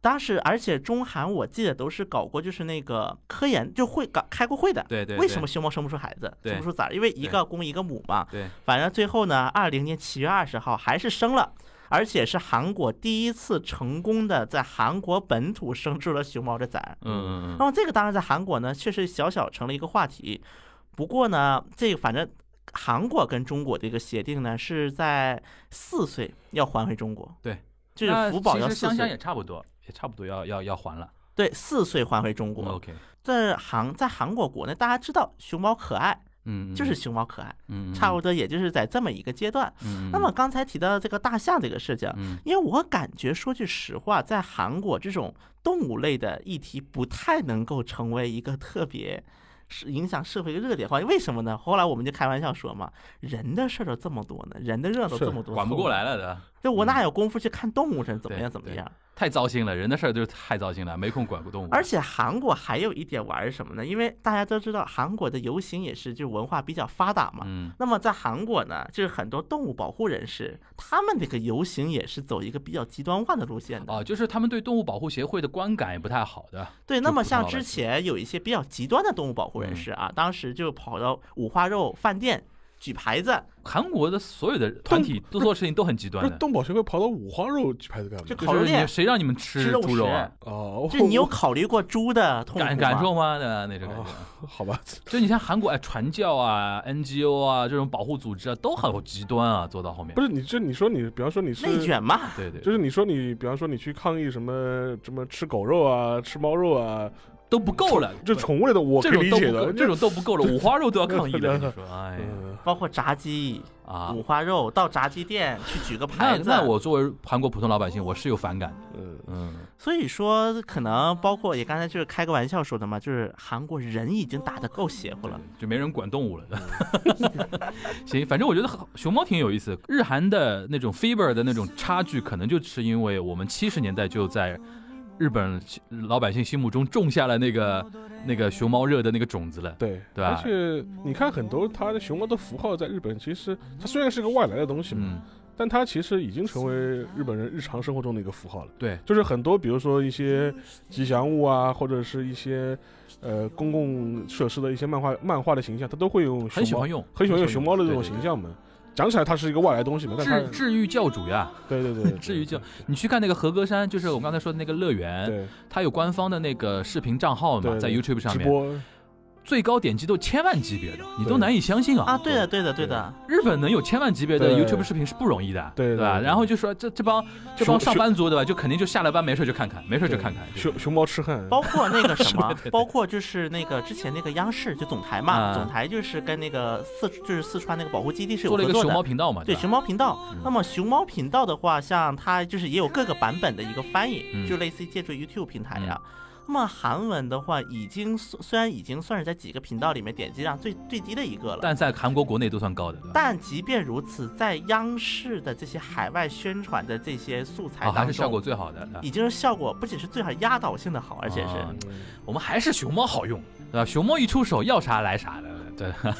当时而且中韩我记得都是搞过，就是那个科研就会搞开过会的。
对对，
为
对
什么？熊猫生不出孩子，
对
生不出崽儿？因为一
对
个公一个母嘛。
对，
反正最后呢，二零年七月二十号还是生了。而且是韩国第一次成功的在韩国本土生出了熊猫的崽儿，
嗯嗯
那么这个当然在韩国呢，确实小小成了一个话题。不过呢，这个反正韩国跟中国的一个协定呢，是在四岁要还回中国。
对，
就
那
是福宝
其
要
实
四
香香
岁，
也差不多，也差不多要要要还了。
对，四岁还回中国。
嗯 OK，
在韩在韩国国内，大家知道熊猫可爱，
嗯，
就是熊猫可爱，
嗯，
差不多也就是在这么一个阶段。
嗯。
那么刚才提到这个大象这个事情，
嗯
因为我感觉说句实话，在韩国这种动物类的议题不太能够成为一个特别是影响社会的热点话题。为什么呢？后来我们就开玩笑说嘛，人的事儿都这么多呢，人的热闹
是
这么多，
管不过。来了的，
就我
嗯
哪有功夫去看动物是怎么
对
样怎么
对
样？
太糟心了，人的事儿就是太糟心了，没空管动物。
而且韩国还有一点玩儿什么呢？因为大家都知道韩国的游行也是就文化比较发达嘛。
嗯
那么在韩国呢，就是很多动物保护人士，他们这个游行也是走一个比较极端化的路线的。
哦，就是他们对动物保护协会的观感也不太好的。
对，
就
那么
不
像
太好
之
了嗯
前有一些比较极端的动物保护人士啊，当时就跑到五花肉饭店举牌子，
韩国的所有的团体都做事情都很极端
那
的，
动保协会跑到五花肉去拍这干嘛？
就
就
烤肉
是你
店
谁让你们吃
吃肉
猪肉啊？
哦，
就你有考虑过猪的痛苦吗？哦
感感受吗？的那种感觉，
我 [LAUGHS] 好吧？
就你像韩国哎，传教啊、NGO 啊这种保护组织啊，都很极端啊，做到后面
不。是你这你说你，比方说你是
内卷嘛，
对对，
就是你说你，比方说你去抗议什么什么吃狗肉啊、吃猫肉啊，
都不够了，
这宠物类的我可
这
以理
种都
解
不够，
的。
这种都不够了，五花肉都要抗议
[LAUGHS]
了。你说，哎呀
嗯，
包括炸鸡、
啊
五，花肉，到炸鸡店去举个
那
牌子。
那我作为韩国普通老百姓，我是有反感的。
嗯，
嗯，
所以说，可能包括也刚才就是开个玩笑说的嘛，就是韩国人已经打得够邪乎了。
就没人管动物了。
嗯
[LAUGHS] 行，反正我觉得熊猫挺有意思。日韩的那种 fever E 的那种差距，可能就是因为我们七十年代就在日本老百姓心目中种下了那个那个熊猫热的那个种子了。
对
对啊吧
而且你看很多它的熊猫的符号在日本，其实它虽然是个外来的东西嘛，
嗯，
但它其实已经成为日本人日常生活中的一个符号了。
对，
就是很多，比如说一些吉祥物啊，或者是一些呃公共设施的一些漫画漫画的形象，它都会用熊
很喜
猫
欢，用，
很喜欢用熊猫的这种
对
形。象嘛。讲起来它是一个外来东西嘛，
对
但
对
它
治治愈教主呀，
对对对，对
[LAUGHS] 至于就你去看那个和歌山，就是我们刚才说的那个乐园，
对
它有官方的那个视频账号嘛，
对
在 YouTube 上
直
面，
播
最高点击都千万级别的，你都
对
难以相信
啊，
啊！
对的，对的，对的，
日本能有千万级别的
对
YouTube 视频是不容易的，
对对
吧？
对
然后就说这这帮这帮上班族对吧，就肯定就下了班没事就看看，没事就
对
看看，对
熊熊猫痴汉，
包括那个
[LAUGHS]
什
是吧
么
对对，
包括就是那个之前那个央视就总台嘛，
啊
总台就是跟那个四就是四川那个保护基地是有
做了一
合
个
作
熊
的
猫。频道嘛，
对
吧
熊猫频道
嗯，
那么熊猫频道的话，像它就是也有各个版本的一个翻译，
嗯
就类似于借助 YouTube 平台啊。那么韩文的话，已经虽虽然已经算是在几个频道里面点击量最最低的一个了，
但在韩国国内都算高的，对吧？
但即便如此，在央视的这些海外宣传的这些素
啊
材当中，
还是效果最好的，对吧
已经是效果不仅是最好，压倒性的好，而且是、
啊
嗯
我们还是熊猫好用，对吧？熊猫一出手，要啥来啥的， [LAUGHS] 对。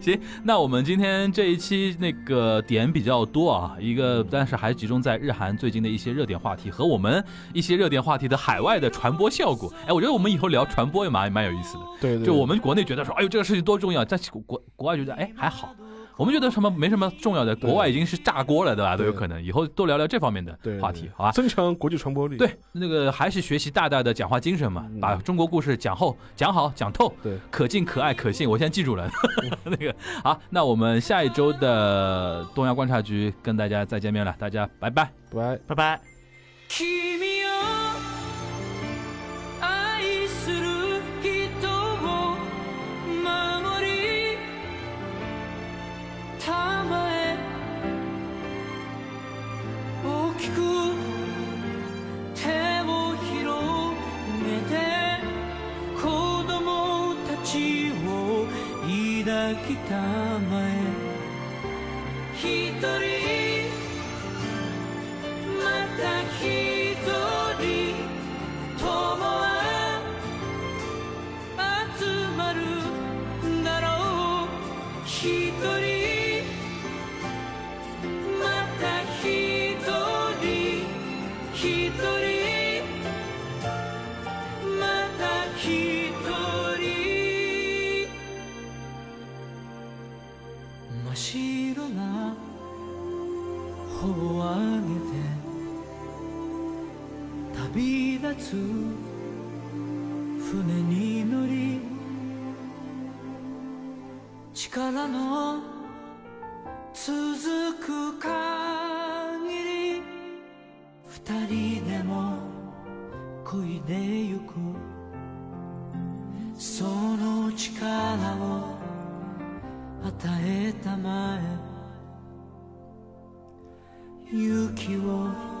行，那我们今天这一期那个点比较多啊，一个但是还集中在日韩最近的一些热点话题和我们一些热点话题的海外的传播效果。哎，我觉得我们以后聊传播也蛮也蛮有意思的。
对对，
就我
们
们国内觉得说，哎呦这个事情多重要，但是国国国外觉得哎还好。我们觉得什么没什么重要的，国外已经是炸锅了，对吧？都有
对
可能，以后多聊聊这方面的
对对
话题，好吧？
增强国际传播力，
对，那个还是学习大大的讲话精神嘛，
嗯
把中国故事讲后、讲好、讲透，
对，
可敬、可爱、可信，我现在记住了。 [LAUGHS] 那个好，那我们下一周的东亚观察局跟大家再见面了，大家拜拜。
拜拜。
拜拜。
君を愛する人を守りたまえ大きく手を広げて子供たちを抱きたまえ一人「またひとりともは集まるだろう」「ひとりまたひとりひとりまたひとり」「真っ白な」頬を上げて旅立つ船に乗り力の続く限り二人でも恋でゆくその力を与えたまえ勇気を